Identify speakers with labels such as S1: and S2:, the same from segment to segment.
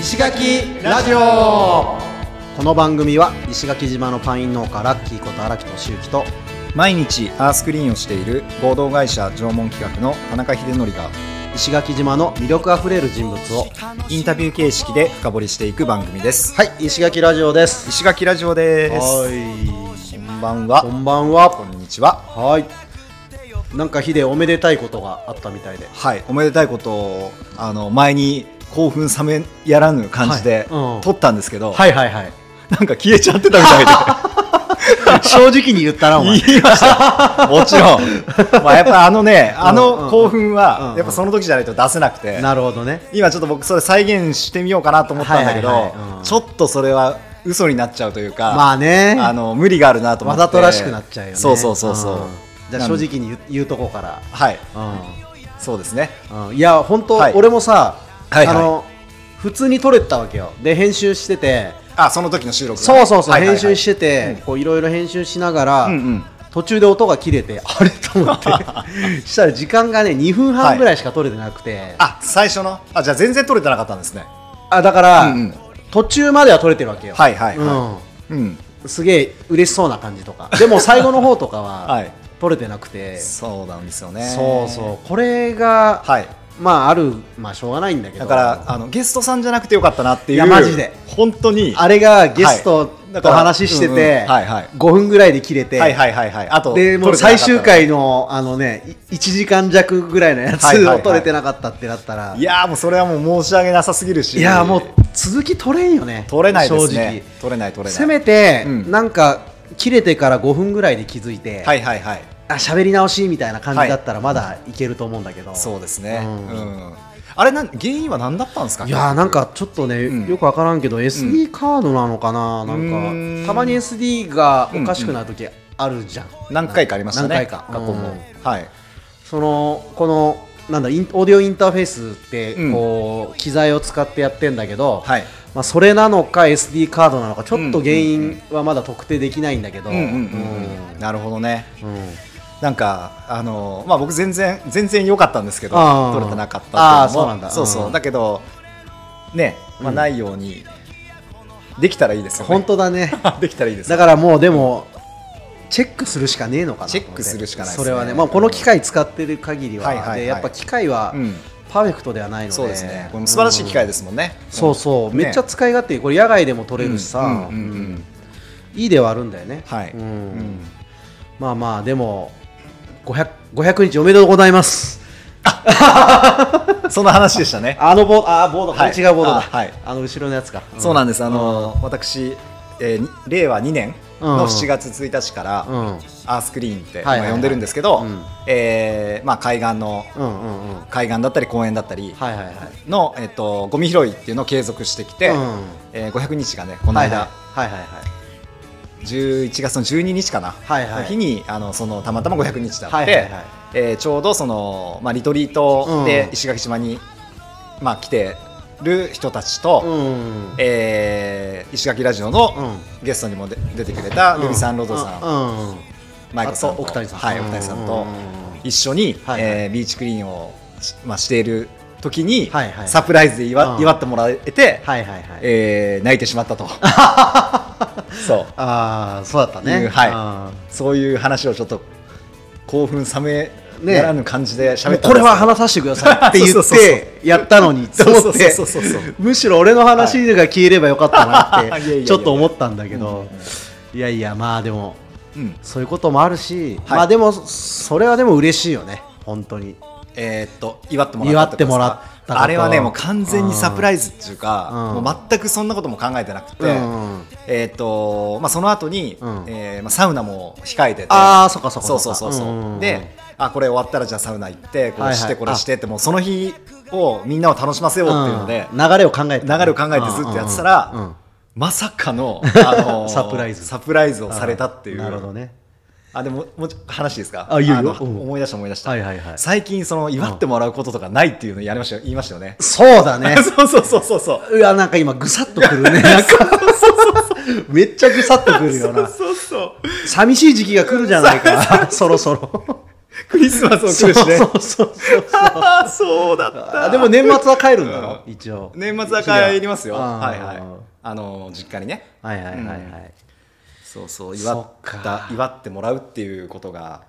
S1: 石垣ラジオ
S2: この番組は石垣島のパイン農家ラッキーこと荒木敏之と
S3: 毎日アースクリーンをしている合同会社縄文企画の田中秀則が
S2: 石垣島の魅力あふれる人物を
S3: インタビュー形式で深掘りしていく番組です
S2: はい石垣ラジオです
S3: 石垣ラジオです
S2: はい
S3: こんばん
S2: こ
S3: は
S2: んばん
S3: こ
S2: は
S3: んにちは
S2: はいなんかヒデおめでたいことがあったみたいで
S3: はいおめでたいことをあの前に興奮冷めやらぬ感じで、
S2: はいうん
S3: 撮ったんですけど、
S2: いはいはい
S3: なんか消えちゃってたみたい で
S2: 正直に言ったなお前
S3: 言いましたよも ちろん、まあ、やっぱあのねあ
S2: うんうんう
S3: の
S2: ん
S3: 興奮
S2: うん
S3: は
S2: うん
S3: やっぱその時じゃないと出せなくて
S2: なるほどね
S3: 今ちょっと僕それ再現してみようかなと思ったんだけ
S2: はいはいはいうん
S3: どちょっとそれは嘘になっちゃうというか、
S2: まあね
S3: あの無理があるなと思
S2: わ
S3: って
S2: ざとらしくなっちゃうよね
S3: そうそうそうそう、
S2: んじゃあ正直に言う言うとこから
S3: はい
S2: うん
S3: そうですね
S2: うんいや本当、
S3: はい
S2: 俺もさ、
S3: はいはい
S2: あの普通に撮れてたわけよで編集してて
S3: あその時の収録
S2: そうそうそう、編集しててて、こういろいろ編集しながら、
S3: うんうん
S2: 途中で音が切れてあれと思って したら時間がね2分半ぐらいしか撮れてなくて、
S3: あ最初のあじゃあ全然撮れてなかったんですね
S2: あだから、
S3: うんうん
S2: 途中までは撮れてるわけよ
S3: はいはいはうん
S2: うん、すげえ嬉しそうな感じとかでも最後の方とかは、
S3: はい
S2: 撮れてなくて、
S3: そうなんですよね
S2: そうそうこれが、
S3: はい
S2: まああるまあしょうがないんだけど
S3: だからあのゲストさんじゃなくてよかったなってい
S2: い
S3: う
S2: やマジで
S3: 本当に
S2: あれがゲスト
S3: だ
S2: と
S3: から
S2: 話してて、
S3: うんうんはいはい
S2: 5分ぐらいで切れて、
S3: はいはいはいはいあと
S2: でもう
S3: 撮れてな
S2: 最
S3: かった
S2: 終回のあの、ね、い1時間弱ぐらいのやつ
S3: はいはいは
S2: を
S3: い
S2: 取れてなかったってなったら、い
S3: いやーもうそれはもう申し訳なさすぎるし
S2: やもう続き取れんよね、
S3: 撮れないです
S2: 正直
S3: ね。撮れない撮れない
S2: せめて、
S3: うん
S2: なんか切れてから5分ぐらいで気づいて、
S3: はいはいはい
S2: あ喋り直しみたいな感じだったらまだいけると思うんだけど、
S3: そうですね、
S2: う
S3: うんんあれなん原因は何だったんですか
S2: いやーなんかちょっとね、
S3: うん
S2: よくわからんけど SD カードなのかな、
S3: う
S2: なん
S3: ー
S2: か
S3: ん
S2: たまに SD がおかしくなる時あるじゃん、
S3: 何回かありましたね
S2: 何回か
S3: 過去も、
S2: うん
S3: はい
S2: そのこのなんだインオーディオインターフェースって
S3: うん
S2: こう、機材を使ってやってんだけど、
S3: はい
S2: まあ、それなのか SD カードなのかちょっと
S3: うん
S2: 原因はまだ特定できないんだけど、
S3: うんうんうんうんなるほどね
S2: うんうん
S3: なんかあのまあ僕全然全然良かったんですけど
S2: あー
S3: 取れてなかったってい
S2: あーそう
S3: のも
S2: なんだ
S3: そう
S2: う
S3: そ
S2: ん
S3: うだけどねま
S2: う
S3: あ
S2: ん
S3: ないようにできたらいいですよ
S2: 本
S3: ね
S2: 当だね
S3: できたらいいです
S2: だからもうでもチェックするしかねえのかなと思って
S3: チェックするしかないです
S2: そ
S3: ね
S2: れはね、まあ、この機械使ってる限りは,、
S3: はいはいはい
S2: でやっぱ機械は
S3: うん
S2: パーフェクトではないので、
S3: そうですねこれも素晴らしい機械ですもんね
S2: そうそう、
S3: ね
S2: めっちゃ使い勝手いいこれ野外でも撮れるしさ、
S3: うんうんうんうん
S2: いいではあるんだよね
S3: はい
S2: うん
S3: うん
S2: まあまあでも 500, 500日おめでとうございます
S3: そんな話でしたね
S2: あのボードあーボード、
S3: はい
S2: これ違うボードだあ,、
S3: あはい
S2: の後ろのやつか、
S3: そうなん
S2: ん
S3: です、あの私、えーに令和2年の7月1日から、
S2: うんうん
S3: アースクリーンっ
S2: は
S3: て、
S2: いはいはい
S3: まあ呼んでるんですけど、
S2: うん
S3: えーまあ、海岸の
S2: うんうんうんはい
S3: 海岸だったり公園だったり
S2: はいはい
S3: の、えっとゴミ拾いっていうのを継続してきて、
S2: うん
S3: えー500日がねこの
S2: は
S3: 間、
S2: いはいはいはい
S3: 11月の12日かな、
S2: はいはい
S3: の日にあのそのたまたま500日だって、
S2: はいはいはい
S3: えーちょうどその、まあ、リトリート
S2: う
S3: で
S2: ん
S3: 石垣島に、まあ、来てる人たちと、
S2: うん
S3: えー石垣ラジオのゲストにもで出てくれたルビさん、ロドさん、
S2: うんうん
S3: マイコさん
S2: あと奥谷さん
S3: はい、奥谷さんと一緒
S2: はい
S3: に、
S2: はい
S3: えービーチクリーンをし,、まあ、している時に、
S2: はいはい
S3: サプライズで祝,、
S2: うん
S3: 祝ってもらえて、
S2: はいはいはい
S3: えー泣いてしまっ たとそう
S2: ああそうだったね
S3: いうはい
S2: あー
S3: そういう話をちょっと興奮冷め
S2: ね
S3: やらぬ感じで喋
S2: も
S3: っ
S2: う
S3: た
S2: これは話
S3: さ
S2: させてくださいって言
S3: そう
S2: っ
S3: そうそう
S2: てやったのにと思って
S3: そうそうそうそうそう
S2: むしろ俺の話が消えればよかったなっ
S3: いやいやい
S2: て
S3: や
S2: ちょっと思ったんだけど
S3: うん
S2: いやいやまあでも
S3: うん
S2: そういうこともあるし
S3: はい
S2: まあでもそれはでも嬉しいよね本当に
S3: えーっと祝ってもらった
S2: 祝ってもらったこと
S3: あれはねもう完全にサプライズっていうか、
S2: うん
S3: もう全くそんなことも考えてなくて、
S2: うん
S3: えーっとまあ、その後に、
S2: うん
S3: えーまあ、サウナも控えてて
S2: あーそっかそっか
S3: そ
S2: そっか
S3: うそうそう
S2: うんうんう
S3: そ
S2: ん
S3: うであこれ終わったらじゃあサウナ行ってこれし
S2: はいは
S3: て
S2: い
S3: これしてってもうその日をみんなを楽しませようっていうので、
S2: うん流れを考えて
S3: 流れを考えてずっとやってたら、
S2: うんうんうん
S3: まさかの、あのー
S2: サプライズ
S3: サプライズをされたっていう
S2: なるほどね
S3: あでももうちょ話いいですか
S2: あいいよいいよ
S3: の
S2: うん
S3: 思い出した思い出した、
S2: はいはいはい
S3: 最近その祝ってもらうこととかないっていうのやりましたよ言いましたよね
S2: そうだ ね
S3: そうそうそうそ うそう
S2: うわなんか今ぐさっとくる ねなんかめっちゃぐさっとくるよな
S3: そうそう
S2: 寂しい時期が来るじゃないかそろそろ
S3: クリスマスを来るしね
S2: そうそうそう そう
S3: あーそうだった
S2: あでも年末は帰るんだろ、一応
S3: 年末は帰りますよ
S2: 一応あー
S3: はいはいあの実家にね
S2: はいはいはいはい、
S3: そうそう祝
S2: そ
S3: っ
S2: ったか
S3: 祝ってもらうっていうことが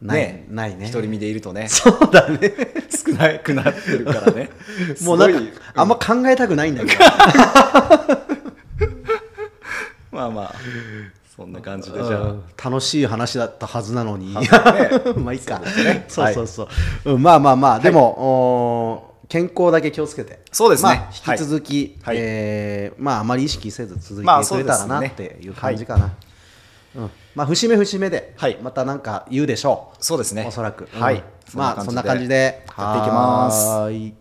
S2: ない
S3: ね
S2: ないね
S3: 独り身でいると ね
S2: そうだね
S3: 少なくなってるからね
S2: もうなん
S3: す
S2: か、
S3: ごい
S2: あんま考えたくないんだけど
S3: まあまあそんな感じでじ
S2: う
S3: ゃ
S2: ん楽しい話だったはずなのに、
S3: あ、ね、
S2: まあいいか
S3: ね
S2: そう,、そうそううんまあまあまあでも、おー健康だけ気をつけて
S3: そうですね
S2: まあ引き続き、
S3: はい
S2: えーまああまり意識せず続い
S3: まあ
S2: て
S3: そ
S2: く
S3: う
S2: れ
S3: ですね
S2: たらなっていう感じかな、うんまあ節目節目で、
S3: はい
S2: またなんか言うでしょう
S3: そうですね
S2: おそらく、うん
S3: はい、
S2: まあそんな感じで
S3: やっていきます
S2: はーい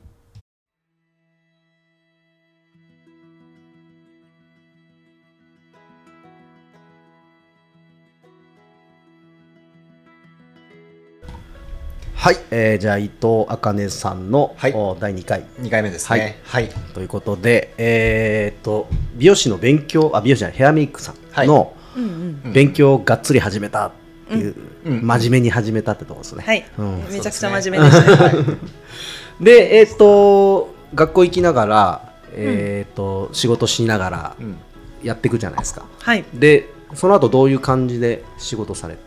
S2: はい、えーじゃあ伊藤茜さんの、
S3: はい
S2: お第2回
S3: 2回目ですねはい、はい
S2: ということで、えーっと美容師の勉強あ美容師じゃないヘアメイクさんの
S4: うんうん
S3: うん
S2: 勉強をがっつり始めたっていう、
S3: うんうん
S2: 真面目に始めたってとこですね。
S4: はい、
S2: うん
S4: めちゃくちゃ真面目ですね。
S2: で、えーっと学校行きながら、えーっと仕事しながら
S3: うん
S2: やっていくじゃないですか。
S4: はい、
S2: でその後どういう感じで仕事されて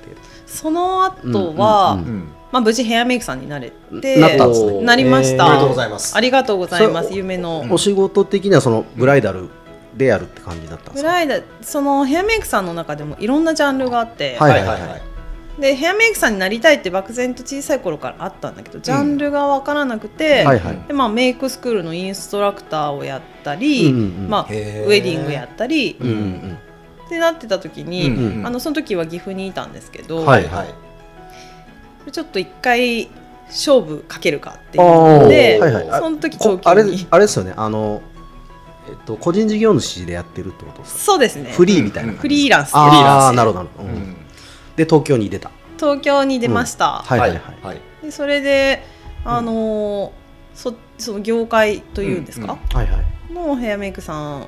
S4: その後は、
S2: うんうんう
S3: うん
S4: まあ無事ヘアメイクさんになれて、
S2: なったんですね
S4: なりました。
S2: えー
S3: おめでとうございます
S4: ありがとうございま
S2: そ
S4: す。
S2: れ
S4: 夢の。
S2: お仕事的にはそのブライダルでやるって感じだったんで
S4: ブ
S2: すか、
S4: ライダそのヘアメイクさんの中でもいろんなジャンルがあって、
S2: はい
S3: はいはいはい
S4: でヘアメイクさんになりたいって漠然と小さい頃からあったんだけどジャンルが分からなくて、
S2: はいはい
S4: でまあ、メイクスクールのインストラクターをやったり、
S2: うんうんうん
S4: まあ、ウ
S3: へー
S4: ェディングやったり、
S2: うんうん
S4: ってなってた時に、
S2: うんうん
S4: あのその時は岐阜にいたんですけど、
S2: はい
S3: はい
S4: ちょっと一回勝負かけるかっていうので、
S2: あーはいはいあ
S4: その時
S2: こ
S4: 東
S2: あ
S4: 京
S2: れ
S4: に
S2: あれですよねあの、えっと、個人事業主でやってるってことですか
S4: そうですね
S2: フリーみたいな感じ
S4: フリーランスで
S2: ああなるほどなるほど、
S3: う
S2: うん
S3: ん
S2: で東京に出た
S4: 東京に出ました、
S2: はいはいはい、
S3: はい
S4: でそれであのーそその業界というんですか、
S2: はいはい
S4: のヘアメイクさん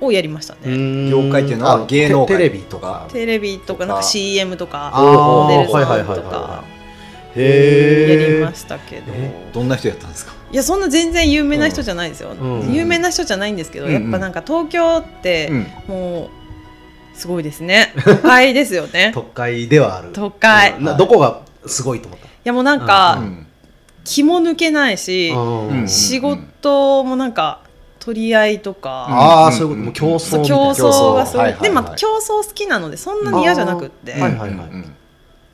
S4: をやりましたね、
S3: 業界っていうのは
S2: あ
S3: 芸能界
S2: テテレビとか
S4: テレビとかなんか CM とか
S2: あー
S4: モデル
S2: はいはい
S4: さん
S2: はい
S4: と
S2: は
S4: か
S2: いへ
S4: や
S2: え
S4: りましたけど、
S3: どんな人やったんですか
S4: いやそんな全然有名な人じゃないですよ、
S2: うん
S4: 有名な人じゃないんですけど、
S3: うん
S4: やっぱなんか東京って、
S3: うん
S4: もうすごいですね。都会ですよね。
S2: 都会ではある
S4: 都会。
S2: うんないどこがすごいと思った
S4: いやもうなんか、
S3: うん
S4: 気も抜けないし、
S2: うん
S4: 仕事もなんか取り合いとか、
S2: ああ、
S3: うん
S2: そういうこともう競争
S4: そう
S2: みたい
S4: 競
S2: な
S4: 争がすごい。
S3: はいはいはい
S4: でまあ競争好きなのでそんなに嫌じゃなくって、
S2: うんはいはいはい
S3: うん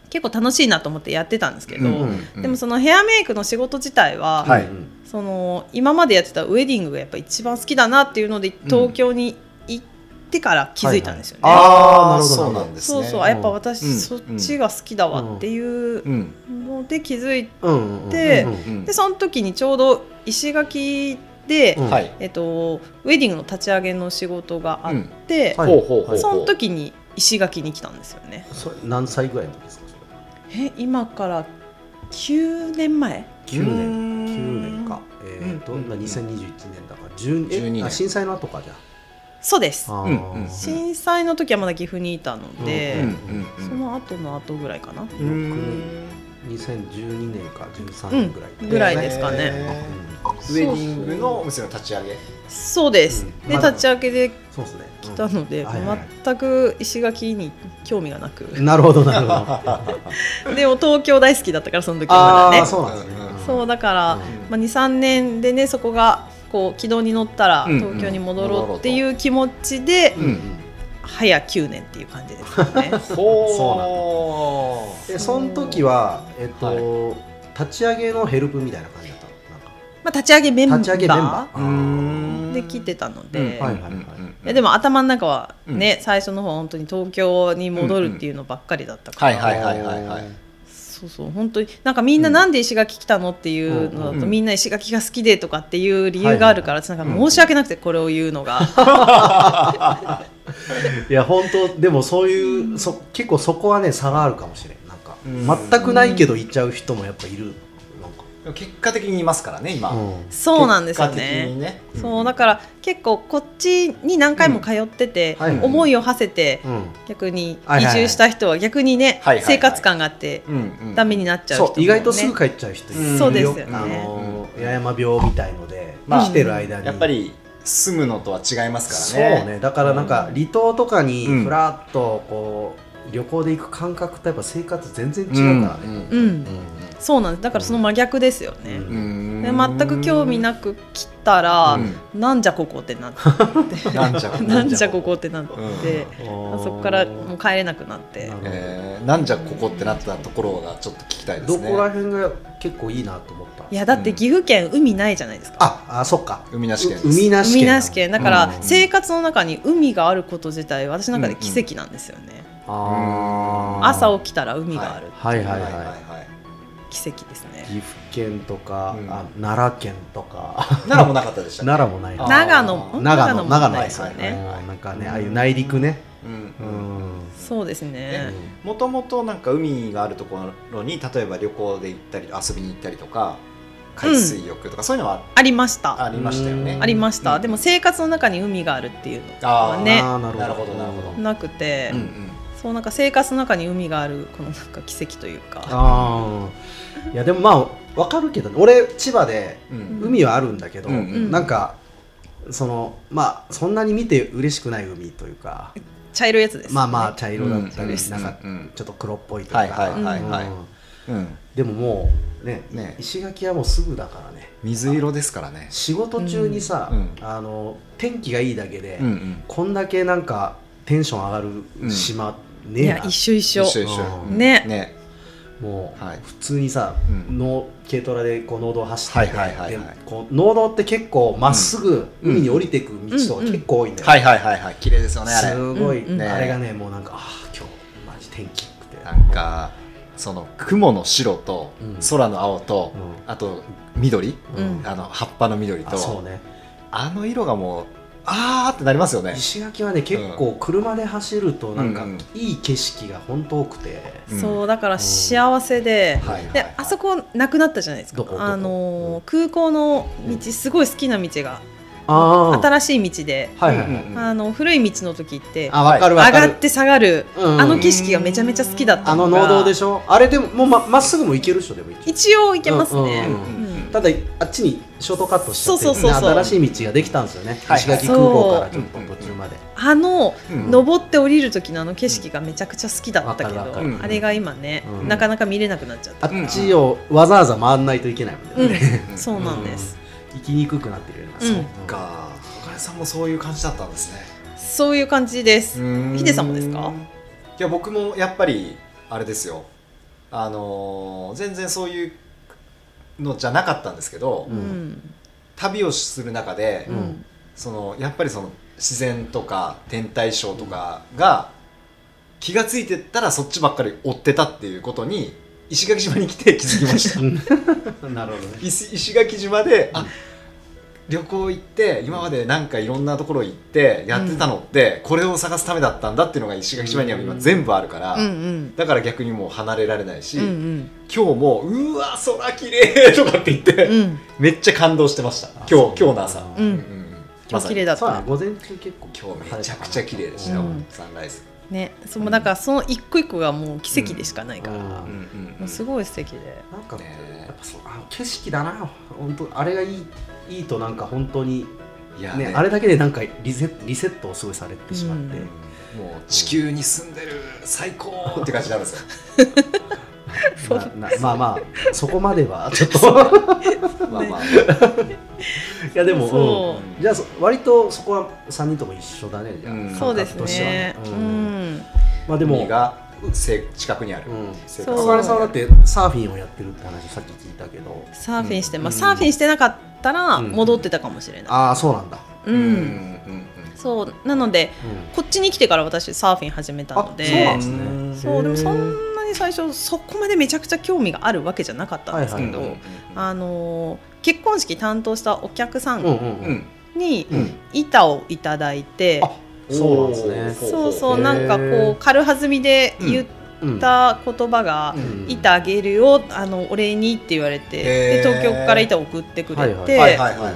S4: 結構楽しいなと思ってやってたんですけど、
S3: うんうん
S4: でもそのヘアメイクの仕事自体は、
S3: はい
S2: うん
S4: その今までやってたウェディングがやっぱ一番好きだなっていうので東京に行ってから気づいたんですよね。
S3: あ
S2: な
S3: あ
S2: るほど
S3: そうなんです
S4: そ
S3: ね
S4: うそう、あやっぱ私、
S3: うん
S4: そっちが好きだわっていう
S3: うん
S4: ので気づい
S2: うんうんうん
S4: で
S2: うん
S3: うん
S4: てその時にちょうど石垣で、
S2: うん
S3: はい
S4: えっと、ウェディングの立ち上げの仕事があって、
S2: うんはい
S3: ほうほうほう
S4: その時に石垣に来たんですよね。
S2: それ何歳ぐらいの時ですかそれ
S4: え今から9年前
S2: 9年9年かえーと
S3: うん
S2: 今2021年だから12
S3: 12年
S2: あ震災の後かじゃ
S4: そうです
S2: ああ
S3: うんうん
S2: ー
S4: 震災の時はまだ岐阜にいたので、
S2: うん
S4: その後の後ぐらいかな、
S2: う2012年か13年ぐらい
S4: うんぐらいですかね
S2: うん
S3: ウェディングのお店の立ち上げ
S4: そうです、
S2: うん
S4: で
S2: まだ
S4: 立ち上げで
S2: そうですね
S4: 来たので、
S2: うんはいはい
S4: 全く石垣に興味がなく
S2: うんなるほどなる ほど
S4: でも東京大好きだったからその時は
S2: あ
S4: まだ
S2: あ
S4: ね
S2: そうなんですね
S3: ー
S4: そうだから、
S2: うん
S4: まあ、23年でねそこがこう軌道に乗ったら
S3: うんうん
S4: 東京に戻ろうっていう気持ちで、
S3: うん
S4: 早9年っていう感じですよね
S3: ほう
S2: えその時はえっと立ち上げのヘルプみたいな感じだったのなんか
S4: まあ立ち上げメンバ
S2: 立ち上げメンバ
S4: ー
S2: ーうん
S4: で来てたので、
S2: うんはい
S4: いやで
S3: も
S4: も頭の中はね、最初の方は本当に東京に戻るっていうのばっかりだったから、
S3: うんうんはいはいはいはい
S4: そうそう本当になんかみんななんで石垣来たのっていうのだと、
S3: うん
S4: みんな石垣が好きでとかっていう理由があるから、なんか申し訳なくてこれを言うのが、
S2: いや本当でもそういうそ結構そこはね差があるかもしれんなんか
S3: うん
S2: 全くないけど行っちゃう人もやっぱいるなんか
S3: でも結果的にいますからね今、
S2: うん
S4: そうなんですよ
S3: 結果的に
S4: ね。
S3: ね
S4: そうだから結構こっちに何回も通ってて、
S2: うんはいはい
S4: 思いを馳せて
S2: うん
S4: 逆に
S2: はい
S4: 移
S2: はいはい
S4: 住した人は逆にね、
S3: はいはいはい
S4: 生活感があって
S3: うんうん
S4: ダメになっちゃう人
S2: そ
S4: も、
S2: う
S4: ね、
S2: 意外とすぐ帰っちゃう人いる
S4: そうですよね
S2: あの八重山病みたいので、
S3: まあ
S2: 来てる間に
S3: やっぱり住むのとは違います
S2: そう
S3: からね
S2: ねだからなんか離島とかに
S3: うん
S2: ふらっとこう旅行で行く感覚とやっぱ生活全然違うからね、
S4: う
S3: うん
S4: ん、そうなんですだからその真逆ですよね、
S2: うん
S3: うん
S4: で全く興味なく来たら、
S3: う
S4: なんじゃここっ てなって
S3: うんなんじゃここ
S4: なんじゃここってなって、
S2: うん
S4: あそこからもう帰れなくなっ
S2: な
S4: て
S2: るほど
S3: えーなんじゃここってなったところがちょっと聞きたいです
S2: ど
S3: ね
S2: こら辺が結構いいなと思った
S4: いやだって岐阜県海ないじゃないですか、
S2: ああそっか
S3: 海なし県です
S2: 海なし県
S4: 海なし県だから
S3: うん
S4: 生活の中に海があること自体私の中で奇跡なんですよね、
S2: あー
S4: 朝起きたら海がある、
S2: はいは
S3: はい
S2: い
S3: はい
S2: は
S3: はい
S4: 奇跡です
S2: い
S4: ね
S2: 岐阜県とか、
S3: うん
S2: あ奈良県とか
S3: 奈良もなかったでしたね
S2: 奈良もないな
S3: あ
S4: 長野も
S3: ー
S2: 長野
S4: も
S2: 長野
S4: ない
S2: で
S4: ですす
S2: よ
S4: よ
S2: ね、
S4: ね、
S2: うんなんかねああいう内陸ね
S3: うん
S2: う
S3: うん
S2: ん
S4: そうですね
S3: もともとなんか海があるところに例えば旅行で行ったり遊びに行ったりとか海水浴とかそういうのは
S4: ありました
S3: あ
S4: あ
S3: りましたよね
S2: うん
S4: りました、
S3: うん
S4: でも生活の中に海があるっていうの
S3: あ
S4: は
S3: ー
S4: ね
S2: あーな
S3: なるほどなるほど
S4: なくて、
S3: うんうん
S4: そうなんか生活の中に海があるこのなんか奇跡というか
S2: ああいやでもまあわかるけどね俺千葉で
S3: うん
S2: 海はあるんだけど、
S3: うんうん
S2: なんかそのまあそんなに見て嬉しくない海というか
S4: 茶色いやつです、
S2: まあまあ茶色だったり、
S3: うん
S2: なんか
S3: うん
S2: ちょっと黒っぽいとか、
S3: はいはいはいはい
S2: うん
S3: うん
S2: でももうね
S3: ね
S2: 石垣はもうすぐだからね
S3: 水色ですからね
S2: 仕事中にさ、
S3: うん
S2: あの天気がいいだけで、
S3: うん
S2: こんだけなんかテンション上がる島ね
S4: い
S2: えな、
S4: や一緒一
S3: 一
S4: 緒
S3: 緒一緒
S2: うん
S4: ね
S3: ね
S2: もう、
S3: はい
S2: 普通にさ、
S3: うん
S2: の軽トラでこう農道を走ってて、
S3: はいはいはいはい
S2: でこう農道って結構まっすぐ
S3: うん
S2: 海に降りていく道とか結構多いんだよ、
S3: はいはいはいはい綺麗ですよねあれ
S2: すごい、
S4: うんうん
S2: ねあれがねもうなんかああ今日マジ天気良くて
S3: なんかその雲の白と
S2: うん
S3: 空の青と
S2: う
S3: あと緑
S4: うん
S3: あの葉っぱの緑
S2: あそう
S3: と
S2: ね
S3: あの色がもうあーってなりますよね
S2: 石垣はね結構車で走るとなんか、
S3: うんうん
S2: いい景色が本当多くて、
S3: うん
S4: そうだから幸せで、
S3: はいはい
S4: であそこなくなったじゃないですか
S2: どこどこ
S4: あのー空港の道すごい好きな道が
S2: ああ
S4: 新しい道で、
S2: はいはいはい、
S3: うんうん
S4: あの古い道の時って
S2: あわかるわ
S4: 上
S2: か
S4: が
S2: る
S4: って下がる、
S2: うん
S4: あの景色がめちゃめちゃ好きだった
S2: あの
S4: のが
S2: 農道でしょあれでももうままっすぐも行けるでしょでも一応
S4: 一応行けますね、
S2: うん
S3: うんうん
S2: ただあっちにショートカットしちゃって
S4: そうそうそうそ
S2: 新
S4: う
S2: しい道ができたんですよね、
S3: はい
S2: 石垣空港からちょっと途中まで、
S4: あの
S3: うん
S4: 登って降りる時のあの景色がめちゃくちゃ好きだったけど、
S2: わかるわ
S3: かる
S4: あれが今ね、
S2: うん
S4: なかなか見れなくなっちゃった、
S2: あっちをわざわざ回んないといけないもん
S4: うん
S2: ね、
S4: そうなんです、
S2: 行きにくくなってるような、
S4: うん
S2: そっか
S3: かお金さんもそういう感じだったんですね
S4: そういう感じです、ヒデさんもですか
S3: いや僕もやっぱりあれですよあのー全然そういうのじゃなかったんですけど、
S2: うん
S3: 旅をする中で、
S4: うん、うん
S3: そのやっぱりその自然とか天体ショーとかが気が付いてったらそっちばっかり追ってたっていうことに石垣島に来て気づきました
S2: なるほどね
S3: 石石垣島であ旅行行って今までなんかいろんなところ行ってやってたのって、これを探すためだったんだっていうのが石垣島には今全部あるから、
S4: うん
S3: だから逆にもう離れられないし、
S4: うんうん
S3: 今日もうわ空綺麗とかって言って、
S4: うん
S3: めっちゃ感動してました
S2: あ
S3: 今日
S2: そう
S3: 今日の朝、
S2: う
S4: うん
S3: うん
S4: 今日綺麗だっ
S2: そうだ
S4: た
S2: ね午前中結構
S3: 今日めちゃくちゃ綺麗でした
S2: う
S3: よ、
S2: ん
S4: うん
S3: サンライズ、
S4: ねそのだからその一個一個がもう奇跡でしかないから、も
S2: うん
S4: うすごい素敵で、
S2: なんか、
S3: ねえ
S2: やっぱそうあ景色だな本当あれがいいいいとなんか本当に
S3: いや
S2: ね
S3: ね
S2: あれだけでなんかリセリセットをすごいされてしまって、
S4: うん
S3: もう地球に住んでる最高って感じなんです よ
S2: まあなまあまあそこまで はちょっと
S3: まあまあ、
S2: いやでも
S4: そう
S2: うんじゃあそ割とそこは3人とも一緒だねじゃあ、
S3: うん
S4: そうです
S2: 感覚としては
S4: ね
S2: う
S4: うんん、
S2: まあで
S3: でも
S2: も
S3: 海がせ近くにある、
S2: うん
S3: 生
S4: そう
S3: 活
S2: 小
S3: の
S2: 金
S3: 中
S2: さんはだ
S3: にあ
S2: っ
S3: る
S2: てサーフィンをやってるって話さっき聞いたけど
S4: サーフィンして、
S2: うん
S4: まあ、サーフィンしてなかったら
S2: うん
S4: 戻ってたかもしれない、
S2: ああそうなんだ、
S4: うん
S3: うんうん
S4: そうなので
S2: うん
S4: こっちに来てから私サーフィン始めたの
S2: あそう
S4: で
S2: なんですね
S3: うん
S4: そうでもそ
S2: へ
S4: んなに最初そこまでめちゃくちゃ興味があるわけじゃなかったんです
S3: う
S4: け
S3: ん
S4: ど、
S3: うんうん
S4: あのー結婚式担当したお客さ
S2: ーうん
S4: ん
S2: うん
S3: う
S2: うん
S3: ん
S4: に
S2: うん、
S4: 板をいただいて、
S2: あそうなんですね
S3: おー
S4: そうそ
S2: へ
S4: う
S2: ー
S4: なんかこう軽はずみで言っった言葉が
S3: うん
S4: 「板あげるよあのお礼に」って言われて
S3: へ
S4: で
S3: ー
S4: 東京から板送ってくれ
S2: で
S3: はい
S4: て
S3: はいはいは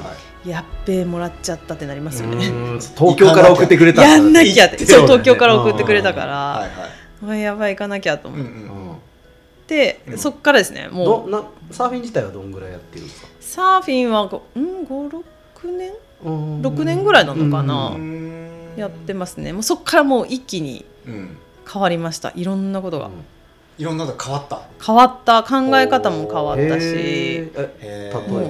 S3: い
S4: やっべえもらっちゃったってなりますよね。
S2: うん東京から送ってくれた
S4: やんなきゃっ
S2: 行
S4: て
S2: てよ
S4: そう東京から送ってくれたか
S3: はい
S4: ら
S3: は
S4: うわやばい行かなきゃと
S3: いうんう
S4: 思っ
S3: ん
S4: て
S3: うん
S4: そっからですね
S2: うんど
S4: もう
S2: なサーフィン自体はどんぐらいやってるんですか
S4: サーフィンはごうん56年6年ぐらいなのかな
S2: うん
S3: うん
S4: やってますねもうそっからもう一気に
S3: うん
S4: 変わりましたいろんなことが
S3: いろんなのが変わった
S4: 変わった考え方も変わった
S2: へ
S4: し
S2: ーえ例
S3: 例
S2: えばどういう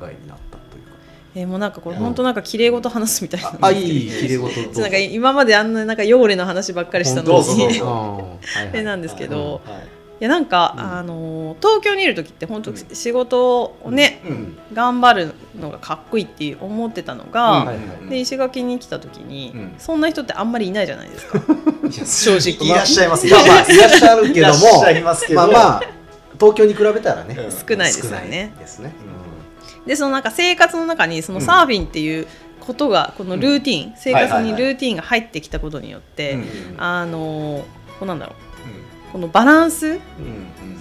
S2: 考えになったというか
S4: えーもうなんかこれ本当なんか綺麗事話すみたいな
S2: あ、いい、綺麗事どうぞ
S4: なんか今まであんななんか汚れの話ばっかりした
S3: ど
S4: の
S3: うぞどう
S4: に
S3: ぞ
S4: えなんですすけど
S3: はい
S4: いやなんか、
S2: うん
S4: あのー東京にいる時って本
S3: う
S4: 当
S3: ん
S4: 仕事をね、
S3: うん
S4: 頑張るのがかっこいいって思ってたのが、
S2: はい
S3: うん
S4: で石垣に来た時に、
S3: うん
S4: そんな人ってあんまりいないじゃないですか
S3: いや正直いらっしゃいます
S2: まあまあ、いらっしゃるけ
S3: い
S2: ど
S3: らっ
S2: も
S3: しゃいますけど
S2: まあまあ、東京に比べたらね、
S3: うん
S4: 少ないですよね
S2: 少ないですね
S4: でそのなんか生活の中にそのサーフィンっていうことが、このルーティン、生活にルーティンが入ってきたことによって、
S3: うんうん
S4: あのーこうなんだろうこのバランス
S3: うんうん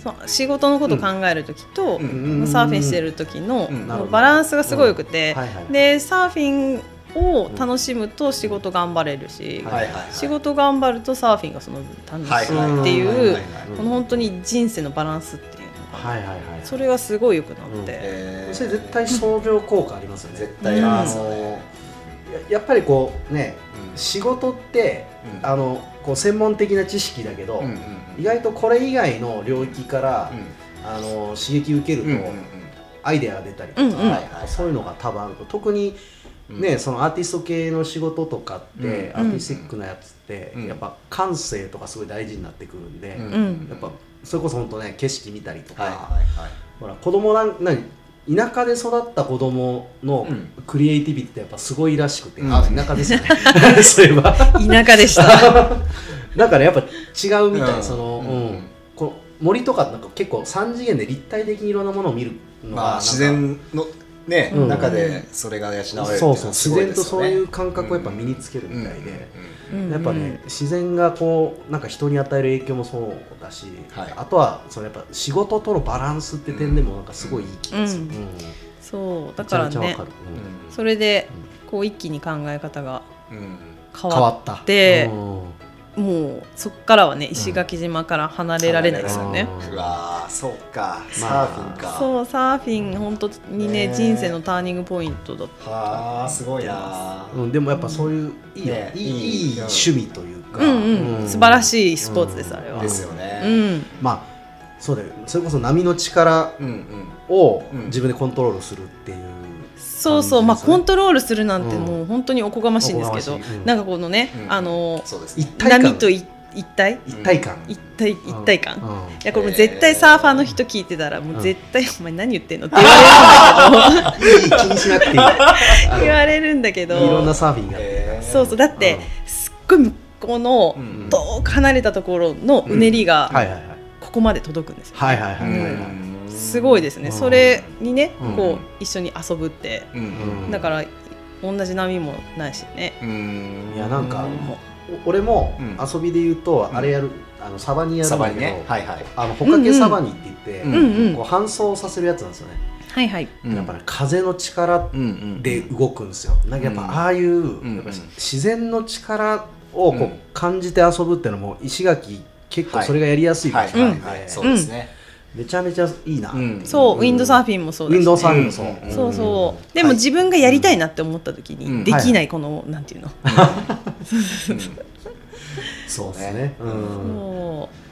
S4: その仕事のことを考える時と、
S3: うん
S2: うん
S4: サーフィンしてる時の,、
S3: うん
S2: なるほど
S4: バランスがすごい良くて、
S2: はいはい
S4: でサーフィンを楽しむと仕事頑張れるし、
S2: うん
S3: はいはいはい
S4: 仕事頑張るとサーフィンがその分楽し
S3: はい
S4: む
S3: はい
S4: っていう、
S2: はいはいはい
S4: この本当に人生のバランスっていうのが、
S2: はいはいはい
S4: それがすごい良くなって、
S3: えー
S2: それ絶対相乗効果ありますよね
S3: 絶対ありますよね
S2: ややっぱりこうね
S3: うん
S2: 仕事って
S3: うん
S2: あのこう専門的な知識だけど、
S3: うんうん
S2: 意外とこれ以外の領域から、
S3: うん
S2: あの刺激受けると、
S3: うんうん
S2: アイデアが出たりとか、
S4: うんうん
S2: はいはいそういうのが多分あると特に
S3: うん
S2: ね、そのアーティスト系の仕事とかって、
S3: うん
S2: アーティスティックなやつって、
S3: うん
S2: やっぱ感性とかすごい大事になってくるんで、
S3: うん
S4: うん
S2: やっぱそれこそ本当ね景色見たりとか、
S3: はいはいはい
S2: ほら子供なん何田舎で育った子供の
S3: うん
S2: クリエイティビティってやっぱすごいらしくて、
S3: うん
S2: あ田舎ですよね そういえば
S4: 田舎 でした。
S2: だからやっぱ違うみたい、
S3: うん
S2: その、
S3: う
S2: うんんこう森とかなんか結構3次元で立体的にいろんなものを見るのが、
S3: まあ自然のね
S2: うん
S3: 中でそれが養われるっていのは
S2: そうそう自
S3: すごい
S2: 然
S3: で
S2: と
S3: すよ
S2: そう
S3: ね
S2: いう感覚をやっぱ身につけるみたいで、
S4: うんうん
S2: やっぱね、自然がこうなんか人に与える影響もそうだし、
S3: はい
S2: あとはそのやっぱ仕事とのバランスって点でもなんかすごいいい気がする、
S4: うん
S2: うん
S4: そうだから
S2: めちゃめ
S4: ね
S2: ちゃわかるうん
S4: それでこう一気に考え方が
S3: うんうん
S4: 変
S2: 変
S4: わ
S2: わ
S4: っ
S2: った
S4: て
S2: うん
S4: もうそこからはね石垣島から離れられないですよね。
S2: うん
S3: うわーそうかサ
S2: まあ
S3: ーフィンか
S4: そうサーフィン本当にね
S3: ね
S4: 人生のターニングポイントだっ
S3: はあすごいな
S2: うん、でもやっぱそういういい,、
S3: ね
S2: いい
S3: いい
S2: いい趣味という
S4: た
S2: か、
S4: うんうん、素晴らしいスポーツです、
S2: うん
S4: あれ
S3: ー
S4: は
S3: ですよね
S4: うん
S2: まあそうだよそれこそ波の力
S3: うんうん
S2: を
S3: うん
S2: 自分でコントロールするっていう、
S4: そうそうまあコントロールするなんて
S2: うん
S4: もう本当におこがましいんですけ
S2: お
S4: ど
S2: こがましいうん
S4: なんかこのね
S3: うん
S4: あの
S3: そうです
S2: 一
S3: ね
S2: 体感
S4: 波とい一体
S2: 一体感、
S4: 一体一体感
S2: うんうん
S4: いやこれもう絶対サーファーの人聞いてたらもう絶対お前何言ってんのって言われ
S2: いい気にしな くていいあの
S4: 言われるんだけど
S2: いろんなサーフィンがあって
S3: えー
S4: そうそうだってすっごい向こうの
S3: うん
S4: 遠く離れたところのうねり
S2: は
S4: が
S2: いはいはい
S4: ここまで届くんですよ
S2: はいはいは
S3: う
S2: いはいはい、
S3: ん
S4: すごいですね
S2: うん
S4: それにね
S2: うん
S4: こう一緒に遊ぶって
S3: うんうん
S2: ん
S4: だから同じ波もないしね
S3: うん
S2: いやなんか
S3: うん
S2: お俺も
S3: うん
S2: 遊びで言うと、
S3: うん
S2: あれやるあのサバニやる
S3: サ
S2: んだ
S3: バ
S2: け
S3: に
S2: ど、
S3: ねはいはい
S2: あのホカケサバニって言って、
S3: うん
S4: うんうん
S2: こう搬送させるやつなんですよね、
S4: はいはい
S2: やっぱね風の力
S3: うんうん
S2: で動くんですよなんかやっぱああいう、
S3: ん
S2: やっぱ自然の力をこ
S3: う
S2: うん感じて遊ぶってのも石垣結構それがやりやすい場
S3: はい
S2: 所
S3: は
S2: ないんで、
S3: はいそうですね
S2: めちゃめちゃいいなっていう、
S3: うん
S4: そうウィンドサー
S2: フ
S4: フィンもそう
S2: ウィ
S4: だ
S2: ン
S4: し
S2: ドサーフィンもそう、
S3: うん
S4: そうそううでも自分がやりたいなって思った時
S3: うん
S4: にできないこのなんていうの
S2: んそうですね、うん、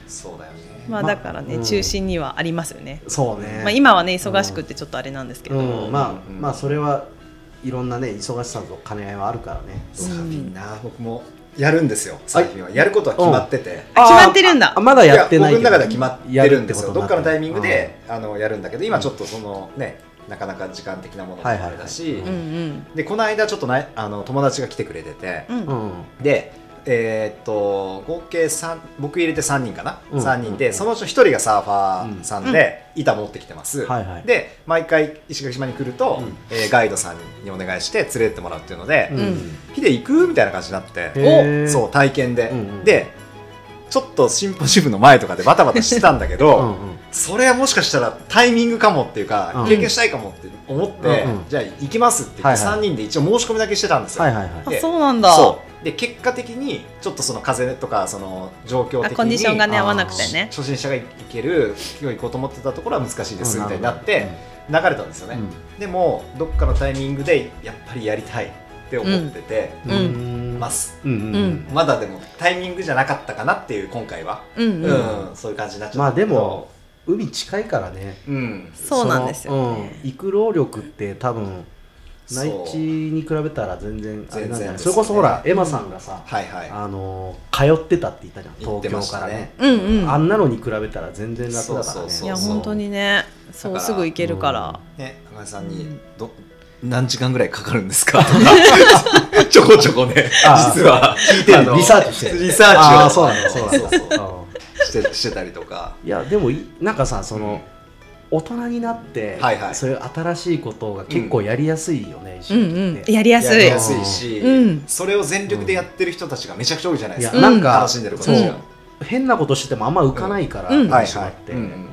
S4: そ
S3: そうだよね
S4: うまあ
S2: ま
S4: だからね
S2: うん
S4: 中心にはありますよね
S2: そうね、
S4: まあ今はね忙しくってちょっとあれなんですけど
S2: うん、まあ、
S3: うん
S2: まあそれはいろんなね忙しさと兼ね合いはあるからね
S3: サーフィンな僕もやるんですよサーフィンはやることは決まってて
S4: あ決まってるんだ
S2: あまだ
S3: い
S2: やってない
S3: 僕の
S2: けど
S3: 中では決まってるんですよどっかのタイミング、
S2: やるって
S3: であのやるんだけど今ちょっとそのねなかなか時間的なものもあれだし
S2: はい
S4: うんうん
S3: でこの間ちょっとなあの友達が来てくれてて
S4: うん
S2: ことになってる
S3: でえーっと合計三僕入れて3人かな、
S2: うん
S3: 3人で、
S2: うん
S3: そのうち1人がサーファーさんで板持ってきてま
S2: う
S3: す、
S2: んはいはい
S3: で毎回石垣島に来ると、
S2: うん
S3: えーガイドさんにお願いして連れてってもらうっていうので
S2: うん
S4: うん
S3: 「ヒ、で行く?」みたいな感じになって、
S2: へー
S3: そう体験で、
S2: うんうん
S3: でちょっとシンポジウムの前とかでバタバタしてたんだけど、
S2: うんうん
S3: それはもしかしたらタイミングかもっていうか、
S2: うん
S3: 経験したいかもって思って、
S2: うんうん
S3: じゃあ行きますって言
S2: はい
S3: って
S2: はい
S3: 3人で一応申し込みだけしてたんですよ、
S2: はいはいはい
S4: あ
S3: で
S4: そうなんだ
S3: そうで結果的にちょっとその風とかその状況的
S4: あ
S3: に
S4: コンディションがね
S2: あー
S4: 合わなくてね
S3: 初心者が行ける今日行こうと思ってたところは難しいですみたいになって流れたんですよね、でもどっかのタイミングでやっぱりやりたいって思ってて
S2: うん
S4: う
S2: うん
S3: ます、
S2: うんうんうん
S3: まだでもタイミングじゃなかったかなっていう今回は、
S4: うん
S3: う
S4: うん
S3: んそういう感じになっちゃった
S2: まあで
S3: けど
S2: も海近いからね
S3: うん
S4: そうなんですよね
S2: そのうん行く労力って多分
S3: そう
S2: 内地に比べたら全然あれなんじゃ
S3: 全然
S2: ない
S3: です
S2: そ
S3: ね
S2: れこそほらエマさんがさ
S3: はいはい
S2: あのー通ってたって言ったじゃん
S3: 行
S2: 東
S3: ってまし
S2: 京から
S3: たね
S2: ね
S4: うんうん
S2: あんなのに比べたら全然楽だか
S3: そ
S2: ら
S3: うそう
S4: い
S3: そ
S2: ね
S4: や本当にねそ
S3: だ
S4: う
S3: から
S4: すぐ行けるから、
S3: ね高橋さんにど何時間ぐらいかかるんですかと かちょこちょこね
S2: あ
S3: 実は聞いて
S2: あ
S3: るの
S2: のリサーチしてる
S3: リサーチを
S2: あーそうなんだそうなんだ
S3: そうそう
S2: うん
S3: してしてたりとか
S2: いやでもいなんかさその、大人になって、
S3: はいはい
S2: そういう新しいことが結構やりやすいよね、石
S4: うん
S2: 垣って
S4: うんやりやす
S3: やり
S4: い
S3: やすいし、
S4: うん
S3: それを全力でやってる人たちがめちゃくちゃ多いじゃないですか、
S2: いやなんか
S3: 楽しんでる子たちが
S2: そ変なことしててもあんま浮かないから、
S4: うん
S2: はいはいって、
S3: うんうん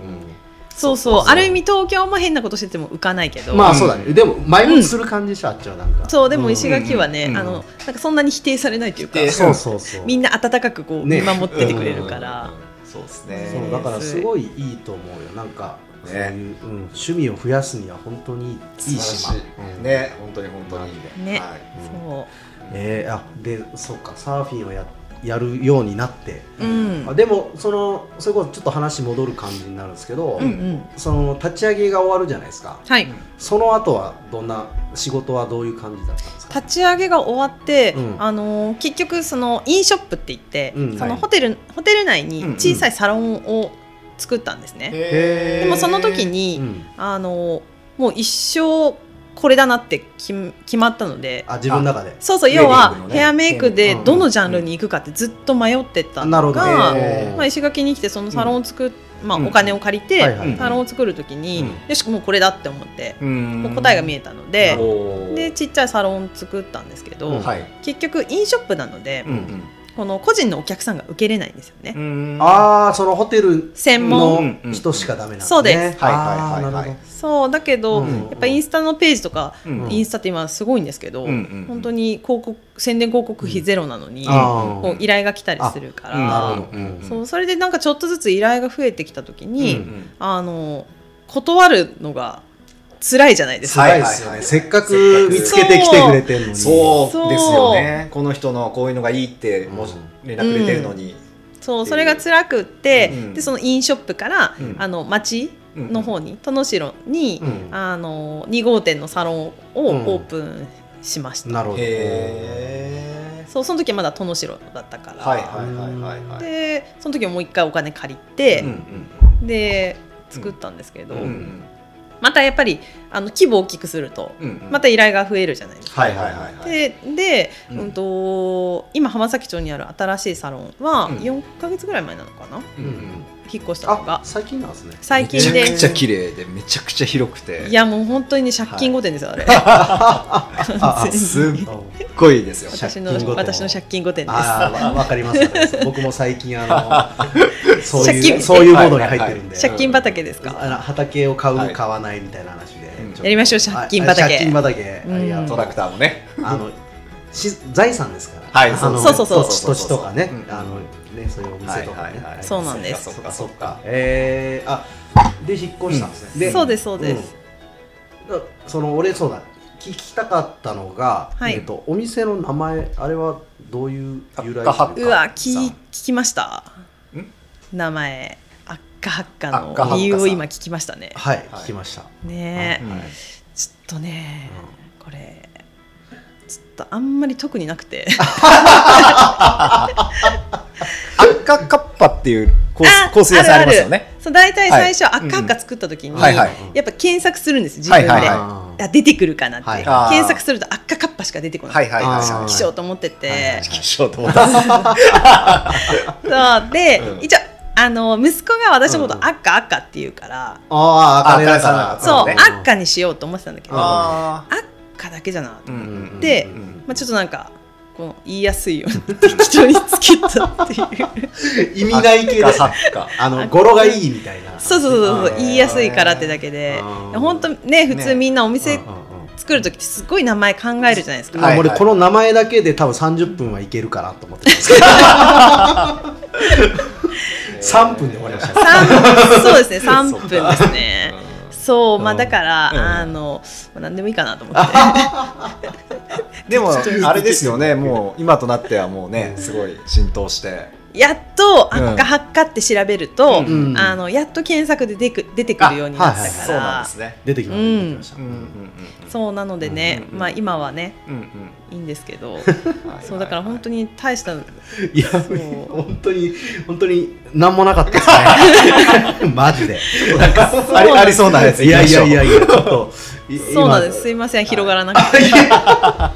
S4: そうそうある意味東京も変なことしてても浮かないけど、
S2: まあそうだね、でも前向きする感じでしょ、あっちはなんか
S4: そうでも石
S2: ん
S4: 垣はね、
S3: うん
S4: あのなんかそんなに否定されないというか
S3: 否定
S2: そうそう そう
S4: みんな温かくこう
S2: ね
S4: 見守っててくれるから、
S3: うんうんうんそうですね
S2: そうだからすごいいいと思うよなんか、そ
S3: ね
S2: ういう、うん、趣味を増やすには本当にいい
S3: 素晴ら
S2: 島
S3: しい、
S2: うん
S3: ね本当に本当に
S4: ね
S3: はい
S4: そ
S2: えーあでそうかサーフィンをややるようになって
S4: ううん
S2: あでもそのそれこそちょっと話戻る感じになるんですけど、
S4: うんうん
S2: その立ち上げが終わるじゃないですか
S4: はい
S2: その後はどんな仕事はどういう感じだったんですか
S4: 立ち上げが終わって、
S2: うん
S4: あのー結局そのインショップって言って、
S2: うん
S4: その
S2: はい
S4: ホテルホテル内に
S3: うんうん
S4: 小さいサロンを作ったんですね、
S2: へー
S4: でもその時に、
S2: うん
S4: あのもう一生これだなって決め決まったので
S2: あ自分の中で
S4: そうそう
S3: ウェディン
S4: 要
S3: グのね
S4: はヘアメイクでどのジャンルに行くかってずっと迷ってた
S2: なる
S4: の
S2: ほど
S4: が、
S2: ね
S4: まあ、石垣に来てそのサロンを作っ、まあ、
S3: うん
S4: お金を借りて、
S2: はいはい
S4: サロンを作る時に、
S2: うん
S4: よしもうこれだって思って、
S3: うん
S4: もう答えが見えたので、
S3: おー
S4: でちっちゃいサロン作ったんですけど、
S2: うん
S3: はい
S4: 結局インショップなので、
S3: うんうん
S4: この個人のお客さんが受けれないんですよね、
S3: あ
S2: ああそのホテル
S4: 専門
S3: うん
S2: の人しかダメなんですね
S4: そうです
S3: はいはいはいはい
S2: あーなるほ
S4: そうだけど、
S2: ど
S3: うん
S4: やっぱイン
S2: ス
S4: スタのページとか、
S3: うん
S4: インスタって今すごいんですけど、
S3: うん
S4: 本当に広告宣伝広告費ゼロなのに、
S2: あ
S4: こう依頼が来たりするか
S3: うん
S4: ら、
S2: なるほど、
S3: うん
S4: そうそれでなんかちょっとずつ依頼が増えてきた時に、
S2: うん
S4: あの断るのが辛いじゃないですか。
S2: 辛いですよね、
S3: はいはいはい
S2: せっかく見つけてきてくれてるのに
S3: そうですよねこの人のこういうのがいいってもう連絡くれてるのに、
S4: そうそれが辛くって、
S3: うん
S4: でそのインショップから、
S3: うん
S4: あの町の方に戸の城に、
S2: うん
S4: あの2号店のサロンをオ
S2: うん
S4: ープンしました。
S2: なるほど
S3: へえ
S4: そうその時まだ戸の城だったから、
S3: はいはいはいはいはい
S4: でその時もう一回お金借りて
S3: うん、うん
S4: で作ったんですけど、
S2: うん
S3: うん
S4: またやっぱりあの規模を大きくすると、
S3: うんうん
S4: また依頼が増えるじゃないですか。
S3: はいはいはいはい
S4: でで、
S3: うん
S4: うんと今浜崎町にある新しいサロンは
S3: うん
S4: 4か月ぐらい前なのかな、
S3: うん
S4: 引っ越したの
S2: あ
S4: が
S2: 最近なんですね
S4: 最
S3: め
S4: 近
S3: ちゃ
S4: で
S3: くちゃ綺麗でめちゃくちゃ広くて
S4: いやもう本当にね借金御殿ですよ、あ
S3: あ
S4: れ
S3: すっごいですよ
S4: 私
S2: 借
S4: の
S2: 金御殿
S4: 私の借金御殿で す
S2: ああ、わわかりますわかります。僕も最近あのそう
S4: 借
S2: いう
S4: 金
S2: そういうモードに入ってるんで、
S3: はい
S4: 借金畑です
S2: あ
S4: か
S2: の畑を買う、
S3: はい
S2: 買わないみたいな話で、
S3: うん
S2: ちょっと
S4: やりましょう
S2: あ
S4: 借金畑
S2: あ借金畑、
S4: うん
S2: ありがと
S3: ト
S2: う
S3: ラクターもね
S2: あのし財産ですから、
S3: はい
S2: あ
S3: そう
S2: の
S4: そうそうそう
S2: 土地土地とかね、
S3: うん
S2: あのねそういうお店とかね、
S4: そうなんです
S3: そっかそっか
S2: えー、あで引っ越したんですね、
S3: うん
S4: そうですそうです、
S2: うんだその俺そうだ聞きたかったのが、
S4: はい
S2: えっと、お店の名前あれはどういう由来という
S3: あハッカ
S4: うわ聞聞きました
S3: ん
S4: 名前アッカハッカ
S3: アッカハッカさ
S4: の
S3: ん
S4: 理由を今聞きましたね
S2: はい、
S3: はい
S2: 聞きました、
S4: ねえ、
S3: うん
S4: ちょっとね、これちょっとあんまり特になくて
S3: 赤カッパっていうコー
S4: あ
S3: スコース屋さんありますよ
S4: る
S3: ね
S4: るそう大体最初
S3: はい
S4: 赤赤作った時に、
S3: はいはい
S4: やっぱ検索するんです自分で、
S3: はいはい
S4: あ出てくるかなって、
S2: はい
S3: あー
S4: 検索すると赤カッパしか出てこない、
S3: はいはいはい
S2: あー
S4: 希少と思ってて、
S2: はいはい
S3: 気象と思った
S4: そうで、
S3: うん
S4: 一応あの息子が私のこと
S2: うん
S4: 「あっかあっか」って言うから、
S2: ああ、あかねだから。
S3: あ
S4: そう「
S3: ね
S4: あっか」にしようと思ってたんだけど「
S3: あ
S4: あっか」だけじゃな、
S3: ーうんうん
S4: で
S2: うん
S4: まあ、ちょっとなんかこの言いやすいように適当につけたっていう
S2: 意味ない系で
S3: サッカー
S2: あの語呂がいいみたいな
S4: そうそうそうそう
S2: あー
S4: 言いやすいからってだけで
S2: あー
S4: 本当ね普
S3: ね
S4: 通みんなお店
S2: うんうんうん
S4: 作る時ってすごい名前考えるじゃないですか
S3: はい
S2: あ
S3: はい
S2: 俺この名前だけで多分30分はいけるかなと思ってます3分で終わりました
S4: 三そうですね三分ですねそうまあ
S2: うん
S4: だから、
S2: うん
S4: あの、まあ、何でもいいかなと思って
S3: でもあれですよねもう今となってはもうねすごい浸透して
S4: やっと「
S3: うん
S4: あっかはっか」って調べると、
S2: うん
S4: あのやっと検索で出く出てくるようになったから、
S3: そうなんですね
S2: 出てきました出てきました
S3: うんうん
S4: そうなのでね、
S3: うんうん
S4: まあ今はね
S3: うんうん
S4: いいんですけど
S3: うんはい
S4: そうだから本当
S3: に
S4: に大した
S2: いや
S4: う
S2: 本当に本当に何もなかったですねマジで
S3: ありありそうなやつ
S2: いやいやいや
S3: い
S2: いやちょっとい
S4: そうなんですすいません広がらなくて
S2: 今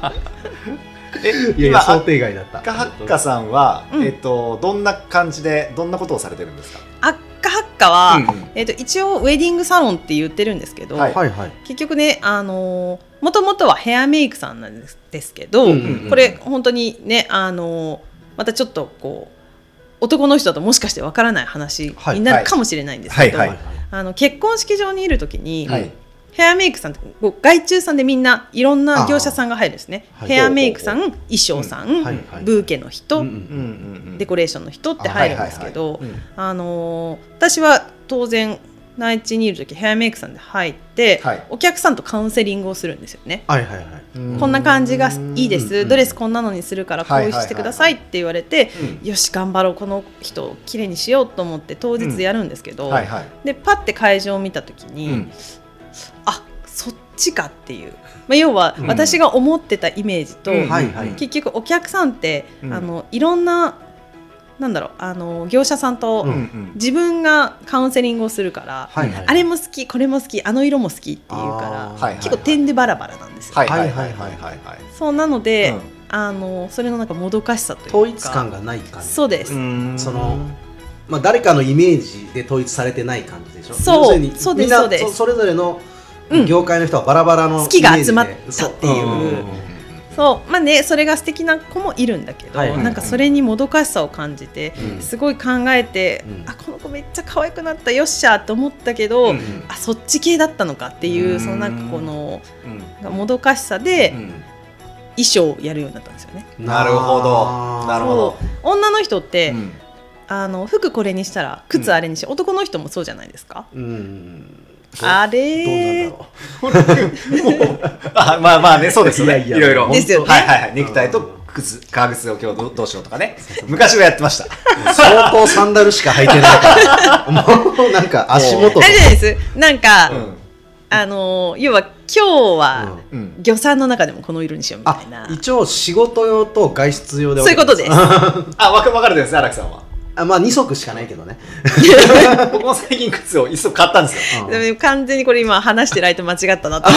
S2: いやいや想定外だった
S3: ハッカハッカさんは、
S4: うん
S3: えっとどんな感じでどんなことをされてるんですか
S4: 「あっかはっかは」
S3: うんうん
S4: えっと一応ウェディングサロンって言ってるんですけど、
S3: はい
S2: はいはい
S4: 結局ねあのもともとはヘアメイクさんなんですですけど、
S2: うん
S3: うん
S4: これ本当にねあのまたちょっとこう男の人だともしかしてわからない話になるかもしれないんですけど、
S3: はいはい
S4: あの結婚式場にいる時に、
S3: はい
S4: ヘアメイクさんってこう外注さんでみんないろんな業者さんが入るんですね、
S2: あーはい
S4: ヘアメイクさん衣装さん、
S2: んはいはい
S4: ブーケの人、
S2: うんう
S3: う
S2: ん
S3: んうんうん
S4: デコレーションの人って入るんですけど、
S3: はいはいはい
S4: あのー私は当然内地にいる時ヘアメイクさんで入って、
S3: はい
S4: お客さんとカウンセリングをするんですよね。
S2: はいはいはい
S3: うん
S4: こんな感じがいいで
S2: うんうんう
S4: す
S2: ん
S4: ドレスこんなのにするからこう
S3: はいいうはいはい
S4: してくださいって言われて、
S3: う
S4: よし頑張ろうこの人をきれいにしようと思って当日やるんですけど、
S3: んはいはい
S4: でパッて会場を見た時
S3: う
S4: に、
S3: ん
S4: あそっちかっていう、まあ、要は
S3: うん
S4: 私が思ってたイメージと、
S3: うん
S2: はいはい
S4: 結局お客さんって、
S3: うん
S4: あのいろんななんだろうあの業者さんと、
S2: うん
S3: ん
S4: 自分がカウンセリングをするから、
S2: はいはい
S4: あれも好きこれも好きあの色も好きっていうから、
S2: あー
S3: はいはい
S4: 結構点でバラバラなんですよ。
S3: はいはいはいはいはいはい
S4: そうなので、
S3: うん
S4: あのそれのなんかもどかしさというか
S2: 統一感がない感じ
S4: そうです、
S3: うん
S2: そのまあ、誰かのイメージで統一されてない感じでしょ
S4: そう
S2: 要るに
S4: そうで
S2: み
S4: す
S2: んな
S4: そうです
S2: それぞれの
S4: うん
S2: 業界の人はバラバラの
S4: 好きが
S2: イメージで
S4: 集まったっていう
S2: そんんん
S4: そうまあねそれが素敵な子もいるんだけど、
S2: はいはい
S4: なんかそれにもどかしさを感じて、
S2: うん
S4: すごい考えて、
S2: うん
S4: あこの子めっちゃ可愛くなったよっしゃと思ったけど、
S3: うん
S4: あそっち系だったのかってい
S3: う
S4: う、
S3: ん
S4: そのなんかこの
S3: うん
S4: なんかもどかしさで
S3: うん
S4: 衣装をやるようになったんですよね。
S3: なるほどなるほど
S4: そう女の人って、
S3: うん
S4: あの服これにしたら靴あれにし、男の人もそうじゃないですか。
S2: うん
S4: あ
S2: どうなん
S4: れ
S2: だろ
S3: あまあまあねそうですよね
S2: いやいや
S3: いろいろ
S4: ですよね
S3: はいはいはいネクタイと靴革靴を今日どどうしようとかね昔はやってました
S2: う相当サンダルしか履いてないからもうなんか足元
S4: あ
S2: の
S4: れじゃないですなんか、
S3: うん
S4: あの要は今日は、
S3: うん
S4: 魚さんの中でもこの色にしようみたい
S2: あ
S4: な。
S2: 一応仕事用と外出用で
S4: そういうことです。
S3: あわかわかるんですね荒木さんは
S2: あまあ2足しかないけどね、
S3: 僕も最近靴を一足買った んですよ
S2: うん
S4: でも完全にこれ今話してないと間違ったなと。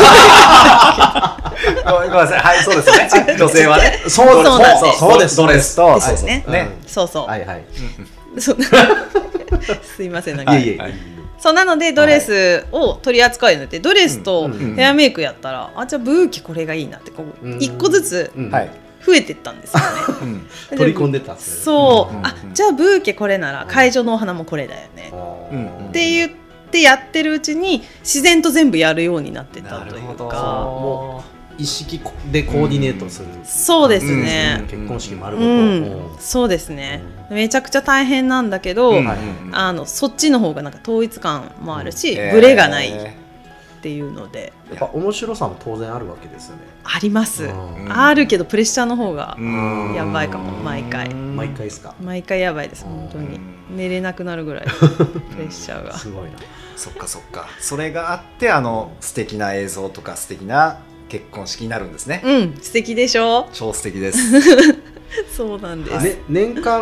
S3: ごめんなさいはいそうですよね女性はね
S2: そう
S4: そうなんです
S2: そうです
S3: ドレスと
S4: ですよ
S3: そう
S4: ね
S3: そうね
S4: そうそう。
S2: はいはい、
S4: そう すいませんなんか。
S2: いえいえ、
S3: はい
S4: そうなのでドレスを取り扱うようになってドレスと
S2: うんうん
S3: うん
S4: ヘアメイクやったら、あじゃあブーケこれがいいなってこう
S2: うん
S4: 一個ずつ
S2: うん
S3: はい
S4: 増えてったんですよね。
S3: うん
S2: 取り込んでたんですよね
S4: そう、
S3: うん
S4: あじゃあブーケこれなら会場のお花もこれだよね、っ
S3: うんうん
S4: て言ってやってるうちに自然と全部やるようになってたというか
S2: もう意識でコーディネートする、
S4: そうです
S3: うん
S4: ね
S2: 結婚式もあ
S4: う
S2: る
S4: ん
S2: こと、
S4: そうですねめちゃくちゃ大変なんだけど、
S3: うん
S4: あのそっちの方がなんか統一感もあるし、
S3: えー
S4: ブレがないっていうので
S2: やっぱ面白さも当然あるわけですよね、
S4: あります、
S2: うん
S4: あるけどプレッシャーの方が
S3: うん
S4: やばいかも毎回
S2: 毎回ですか
S4: 毎回やばいです本当
S3: う
S4: に
S3: ん
S4: 寝れなくなるぐらいプレッシャーが
S2: すごいな
S3: そっかそっかそれがあってあの素敵な映像とか素敵な結婚式になるんですね
S4: うん素敵でしょ
S3: 超素敵です
S4: そうなんです、
S2: ね、年間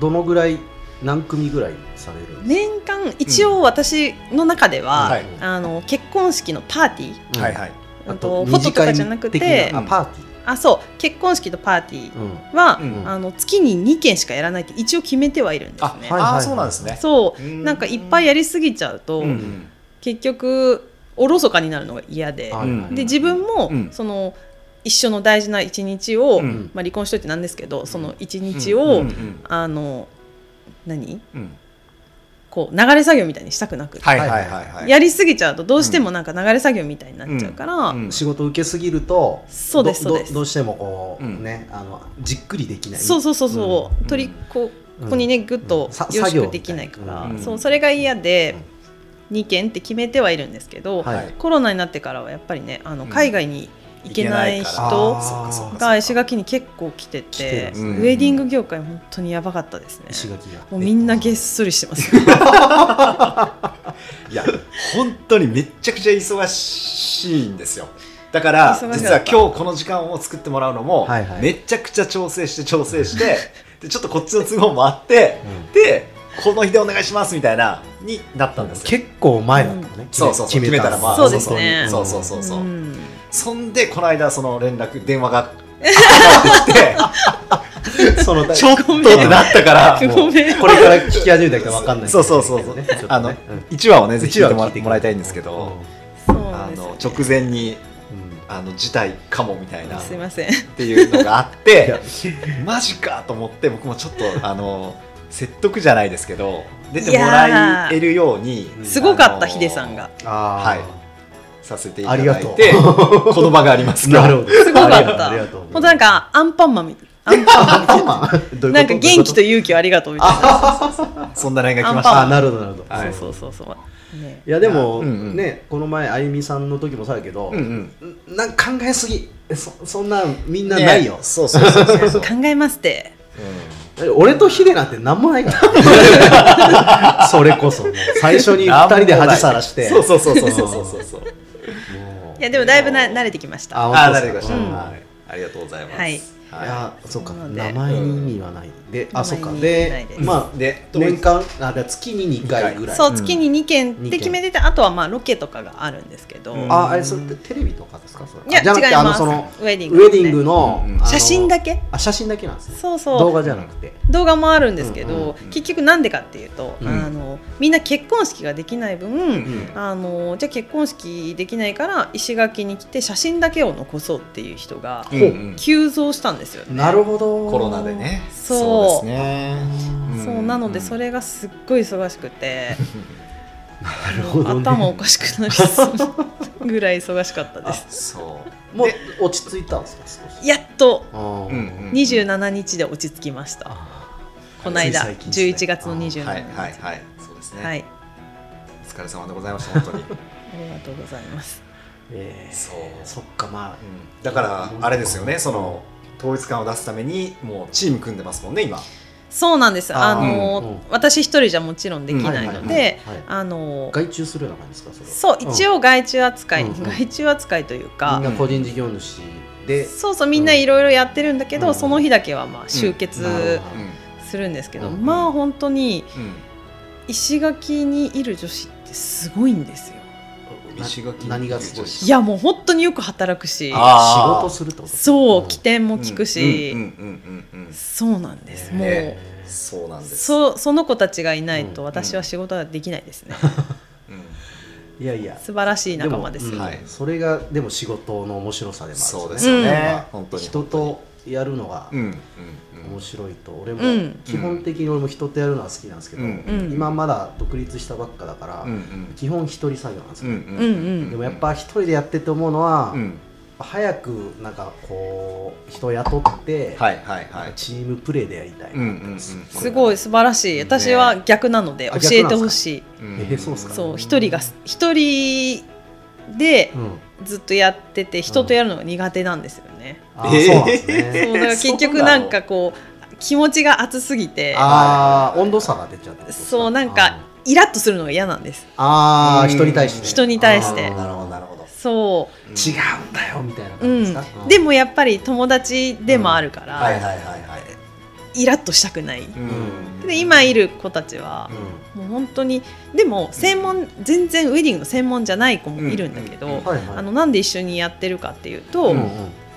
S2: どのぐらい何組ぐらいされるんです
S4: 年間一応私の中では、
S3: はい
S4: あの結婚式のパーティー
S2: うん
S3: はいはい
S2: あ
S4: あと
S2: と
S4: フォトとか
S2: 二次会
S4: じゃなくて
S2: 的なあパーテ
S4: あそう結婚式とパーティ
S2: ィー、うん
S4: ーは、
S3: うん
S4: あの月に2件しかやらないって一応決めてはいるんです
S3: あ
S4: ね、
S2: はい
S3: あーそうなんですね
S4: そう
S3: うん
S4: なんかいっぱいやりすぎちゃうと、
S3: うん
S4: 結局おろそかになるのが嫌で、
S2: はいはい
S3: うん
S4: で自分も、
S3: うん
S4: その一緒の大事な一日を、
S3: うん
S4: まあ、離婚しといてなんですけどその一日
S3: うん
S4: を、
S3: うんうん
S4: あの何
S3: うん
S4: こう流れ作業みたいにしたくなくて、
S3: はいはいはいはい
S4: やりすぎちゃうとどうしてもなんか流れ作業みたいになっちゃうから、
S3: うん
S2: 仕事受けすぎると
S4: そうです
S2: ど
S4: そうです
S2: どどうしてもこう、
S3: うん
S2: ねあのじっくりできない
S4: そうそうそうそう、
S3: うん
S4: 取りこうここにねぐっと
S2: うんさ
S4: 凝
S2: 作業
S4: 縮
S2: みた
S4: で
S2: い
S4: きないから、
S3: うん
S4: そうそれが嫌で2件って決めてはいるんですけど、
S2: はい
S4: コロナになってからはやっぱりねあの
S3: うん
S4: 海外に行けない
S3: 行け
S4: 人
S3: ないから
S2: あー
S3: そっかそっかそっか
S4: が石垣に結構来て
S2: 来てる
S4: て
S2: ん
S3: ですね
S4: ウェディング業界本当にやばかったですね
S2: 石垣が
S4: もうみんなげっ
S2: ス
S4: そりして ます
S3: いや本当にめっちゃくちゃ忙しいんですよだから
S4: 忙しかった
S3: 実は今日この時間を作ってもらうのも、
S2: はいはい
S3: めちゃくちゃ調整して調整してでちょっとこっちの都合もあってでこの日でお願いしますみたいなになったんですよ
S2: 結構前だったのね、決
S3: そうそうそう決めたらまあ
S4: そうですね
S3: そうそうそうそう、
S4: ん
S3: そんでこの間その連絡電話が来 て
S2: その
S3: ちょっとってなったから
S4: ごめん
S3: もう
S2: これから聞き始めた人は分かんない
S3: そうそうそうそう、
S2: ねちょっとね
S3: あの
S2: うん
S3: 1話をねぜひ聞いて
S2: うち
S3: も
S2: わを聞いて
S3: らもらいたいんですけど、
S4: そうな
S3: あ
S4: んですよ
S3: の
S4: ね
S3: 直前に
S2: うん
S3: あの事態かもみたいなっ
S4: すいません
S3: ていうのがあっ
S2: い や
S3: てマジかと思って僕もちょっとあの説得じゃないですけど出てもらえるように
S2: いやー
S4: すごかっ
S3: あ
S4: た
S3: の
S4: ヒデさんが
S2: あ
S3: させてい
S2: あ
S3: た
S2: り
S3: だ
S2: が
S3: い
S2: とう
S3: て この場があります
S2: ー
S3: が
S2: なるほどす
S4: ごかった
S2: とう
S4: もうなんかアンパンマンみたいアンパ ンマンみたいな
S2: あどういうこと
S4: なんか元気と勇気をありがとうみたいな
S3: そんな LINE が来まし
S2: あ
S3: た
S2: ーなるほどなるほど、
S3: はい
S4: そうそうそうそう、ね、
S2: いやでも、
S3: うんうん
S2: ねこの前あゆみさんの時もそうだけど、
S3: うんうん
S2: んなんか考えすぎそそんなんみんなないよ、
S3: ねそうそうそうそうそう
S4: 考えますって
S3: う
S2: 俺とヒデなんて何もない から。それこそ、最初に2人で恥さらし
S3: ん
S2: て。
S3: そうそうそうそうそうそうそう
S2: もう
S4: いやでもだいぶな慣れてきました
S2: あ、
S3: あー
S2: 本
S3: な
S2: 当
S3: る
S2: で
S3: ほ
S2: す
S3: ど
S2: か
S4: うん
S3: はいありがとうございます
S4: はい
S2: い
S3: は
S2: や、そうか、
S4: なの
S2: 名
S4: で
S2: 前に意味はない。で、あ、そっか。
S4: 名前に意味ない
S2: で
S4: で、す
S2: ま
S3: い
S2: あ、
S3: で
S2: 年間、あ、で月に2回ぐらい。
S4: そううん月に2件って
S2: 二件
S4: 決めててあとはまあロケとかがあるんですけど、
S3: うん
S2: あ、あれ、それってテレビとかですかそれ
S4: いや
S2: あじゃなく
S4: 違い
S2: て、あの、
S4: ます
S2: その、
S4: ウェディン
S2: ウ
S4: グ,、
S2: ェディングの
S3: うんうん
S2: あの
S4: 写真だけ
S2: あ、写真だけなんですね。
S4: そうそう
S2: 動画じゃなくて。
S4: 動画もあるんですけど、
S2: うんうん
S3: うん
S4: 結局なんでかっていうと、
S2: うん
S4: あのみんな結婚式ができない分、
S3: うん
S4: あのじゃあ結婚式できないから石垣に来て写真だけを残そうっていう人が
S3: うんうん
S4: 急増したんですよね。
S2: なるほど。
S3: コロナで。ね
S4: そう
S3: ですねん
S4: そうなのでそれがすっごい忙しくて、
S2: なるほどね
S4: 頭おかしくなりそうぐらい忙しかったです。
S3: そう
S2: もう、落ち着いたんですか少し。
S4: やっと
S2: あー
S3: うんうん
S4: 27日で落ち着きました。この間
S2: つい最近ですね
S4: 11月の27日。
S3: はいはいはいそうですね、
S4: はい、
S3: お疲れ様でございました本当に、うん、
S4: ありがとうございます。
S2: えー
S3: そう
S2: そっかまあ
S3: だからあれですよねその統一感を出すためにもうチーム組んでますもんね今
S4: そうなんです。あ
S2: あー
S4: の
S2: うんうん
S4: 私一人じゃもちろんできないので、
S2: はいはいはい
S4: あの
S2: 外注するような感じですかそ
S4: そう一応外注扱い、
S2: うんうん
S4: 外注扱いという
S2: れ
S4: か
S2: みん、な個人事業主で
S4: そうそうみんないろいろやってるんだけど、
S2: うん
S4: その日だけはまあ集結
S2: なるほ
S4: するんですけど、
S2: うん
S4: まあ本当に
S3: う
S4: 石垣にいる女子ってすごいんですよ。
S3: ん石垣
S2: 何がすごい
S4: いやもう本当によく働くし、
S2: 仕
S3: あー
S2: 事するってこと
S4: そう起
S2: き
S4: 点も効くし、
S3: うんうんうんうんうん
S4: そうなんです。もう。
S3: ねそうなんです
S4: そうその子たちがいないと
S2: うん
S4: 私は仕事はできないですね、
S3: うん
S2: いやいや
S4: 素晴らしい仲間です
S2: も
S4: よ、
S2: うん
S3: はい
S2: それがでも仕事の面白さでもある
S3: そうですよね、本当に
S2: 人とやるのが
S3: うんうんうん
S2: 面白いと俺も
S4: うん
S2: 基本的に俺も人とやるのは好きなんですけど
S3: うん
S4: うん
S2: 今まだ独立したばっかだから
S3: うん
S2: 基本一人作業なんです
S3: うん
S2: よ
S3: うん
S4: うんうん
S2: でもやっぱ一人でやってて思うのは
S3: うん
S2: 早くなんかこう人雇って
S3: はいはいはい
S2: チームプレーでやりたい
S3: うんうんうん
S4: すごい素晴らしい私は逆なので
S2: あ
S4: 教えてほしい、
S3: うん
S2: えーそうっすか
S4: そう一人が一人で
S2: うん
S4: ずっとやってて人とやるのが苦手なんですよね、
S2: あ
S3: え
S2: ー
S3: ー
S2: そうなんですね
S4: そうだから結局なんかこう気持ちが熱すぎて
S2: ああ温度差が出ちゃって
S4: そうなんかイラッとするのが嫌なんです
S2: あーあー
S3: うん
S2: 人に対してね
S4: 人に対して
S2: あー
S3: なるほどなるほど
S4: そ
S2: 違うんだよみたいな
S4: う、う
S2: 感じ
S4: ん
S2: ですか、
S4: でもやっぱり友達でもあるから、
S3: はいはいはいはい
S4: イラッとしたくない、
S2: ん
S4: で今いる子たちは、もう本当にでも専門全然ウェディングの専門じゃない子もいるんだけど、
S3: うんうんうん
S2: はいはい
S4: あのなんで一緒にやってるかっていうと、
S2: うんうん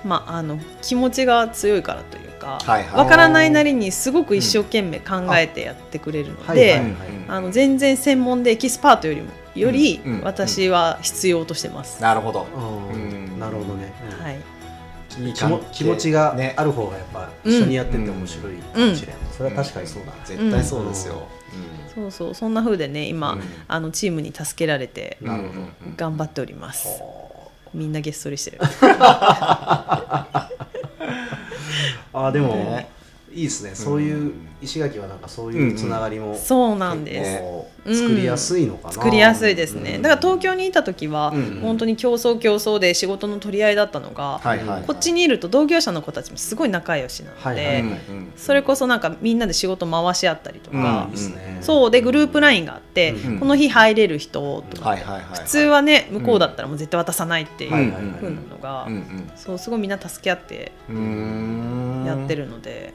S4: まあ、あの気持ちが強いからというか、
S3: はいはい
S4: わからないなりにすごく一生懸命考えてやってくれるの
S2: あ
S4: で、
S2: はいはい
S4: あの全然専門でエキスパートよりもより
S3: うんうん
S4: 私は必要としてます。
S3: なるほど
S2: うんなるほどね、
S4: はい、
S3: ちいい
S2: 気も
S3: 関係
S2: 気持ちが
S3: ね
S2: ある方がやっぱ一緒にやってて面白いかもしれない、それは確かにそうだな、
S3: 絶対そうですよ、
S4: そうそうそんな風でね今、
S3: うん
S4: あのチームに助けられて
S3: うん
S2: なるほど
S3: うんうん
S4: 頑張っております、みんなげっそりしてる
S2: ああでも、
S3: ね
S2: いいですねそういう、
S3: うん
S2: 石垣はなんかそういうつながりも、
S4: そうなんです、
S2: 結構作りやすいのかな、
S4: 作りやすいですね、
S2: うん
S4: だから東京にいた時は、
S3: うんうん
S4: 本当に競争競争で仕事の取り合いだったのが、
S3: はいはい、
S4: こっちにいると同業者の子たちもすごい仲良しなので、
S2: はいは
S3: う
S2: い
S3: んうん
S4: それこそなんかみんなで仕事回し合ったりと
S2: あ
S4: か
S2: あいい、ですね
S4: そうでグループラインがあって、
S3: うん
S4: この日入れる人とか、
S3: はいはいはい
S4: 普通はね向こうだったらもう絶対渡さないっていう
S3: はい
S4: 風
S3: はいはい
S4: なのが、
S3: うん
S4: そうすごいみんな助け合って
S3: うんうーん
S4: やってるので、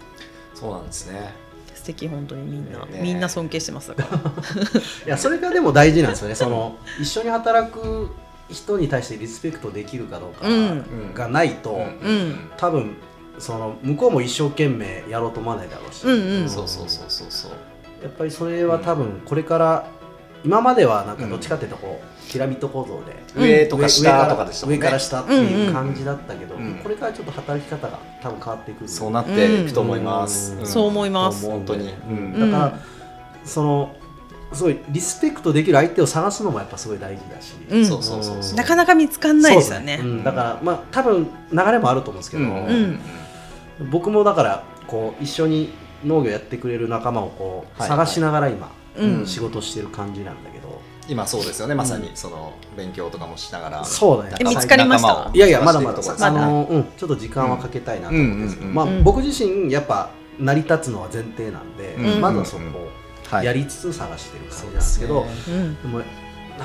S3: そうなんですね
S4: 素敵本当にみんな、
S3: ね
S4: みんな尊敬してますだから
S2: いやそれがでも大事なんですよねその一緒に働く人に対してリスペクトできるかどうか
S4: うん
S2: がないと、
S4: ん
S2: 多分その向こうも一生懸命やろうと思わないだろうし、
S4: うんうん
S3: そうそうそうそうそう
S2: やっぱりそれは多分これから今まではなんかどっちかっていうとこうピラミッド構造で。
S4: うん
S3: 上とか下
S2: ら
S3: とかでしたもん
S2: 上
S3: ね
S2: から下っていう感じだったけど、
S3: うんうん
S2: これからちょっと働き方が多分変わってくる
S3: そうなっていくと思います、
S2: うん
S3: ん
S4: そう思います
S3: 本当に、うん
S4: うん
S2: だから、そのすごいリスペクトできる相手を探すのもやっぱすごい大事だし、
S4: うん
S3: そうそうそうそう
S4: なかなか見つかんないですよね
S2: そうですねうんだからまあ多分流れもあると思うんですけど、
S3: うん
S4: うん
S2: 僕もだからこう一緒に農業やってくれる仲間をこう
S3: はい
S2: 探しながら今、
S4: うん
S2: 仕事してる感じなんだけど、
S3: 今そうですよねまさにその勉強とかもしながら、
S2: そうだね
S4: え見つかりました
S3: 仲間を
S2: いやいやまだまだ
S3: 探していくところです
S2: あ
S3: ね
S2: の、うん、ちょっと時間はかけたいなと思うんですけど、
S3: うんうん
S2: まあ、
S4: うん
S2: 僕自身やっぱ成り立つのは前提なんで、
S3: うん
S2: まずはそこを
S3: はい
S2: やりつつ探してる感じなんですけど、
S3: そうで
S4: うん
S2: でもな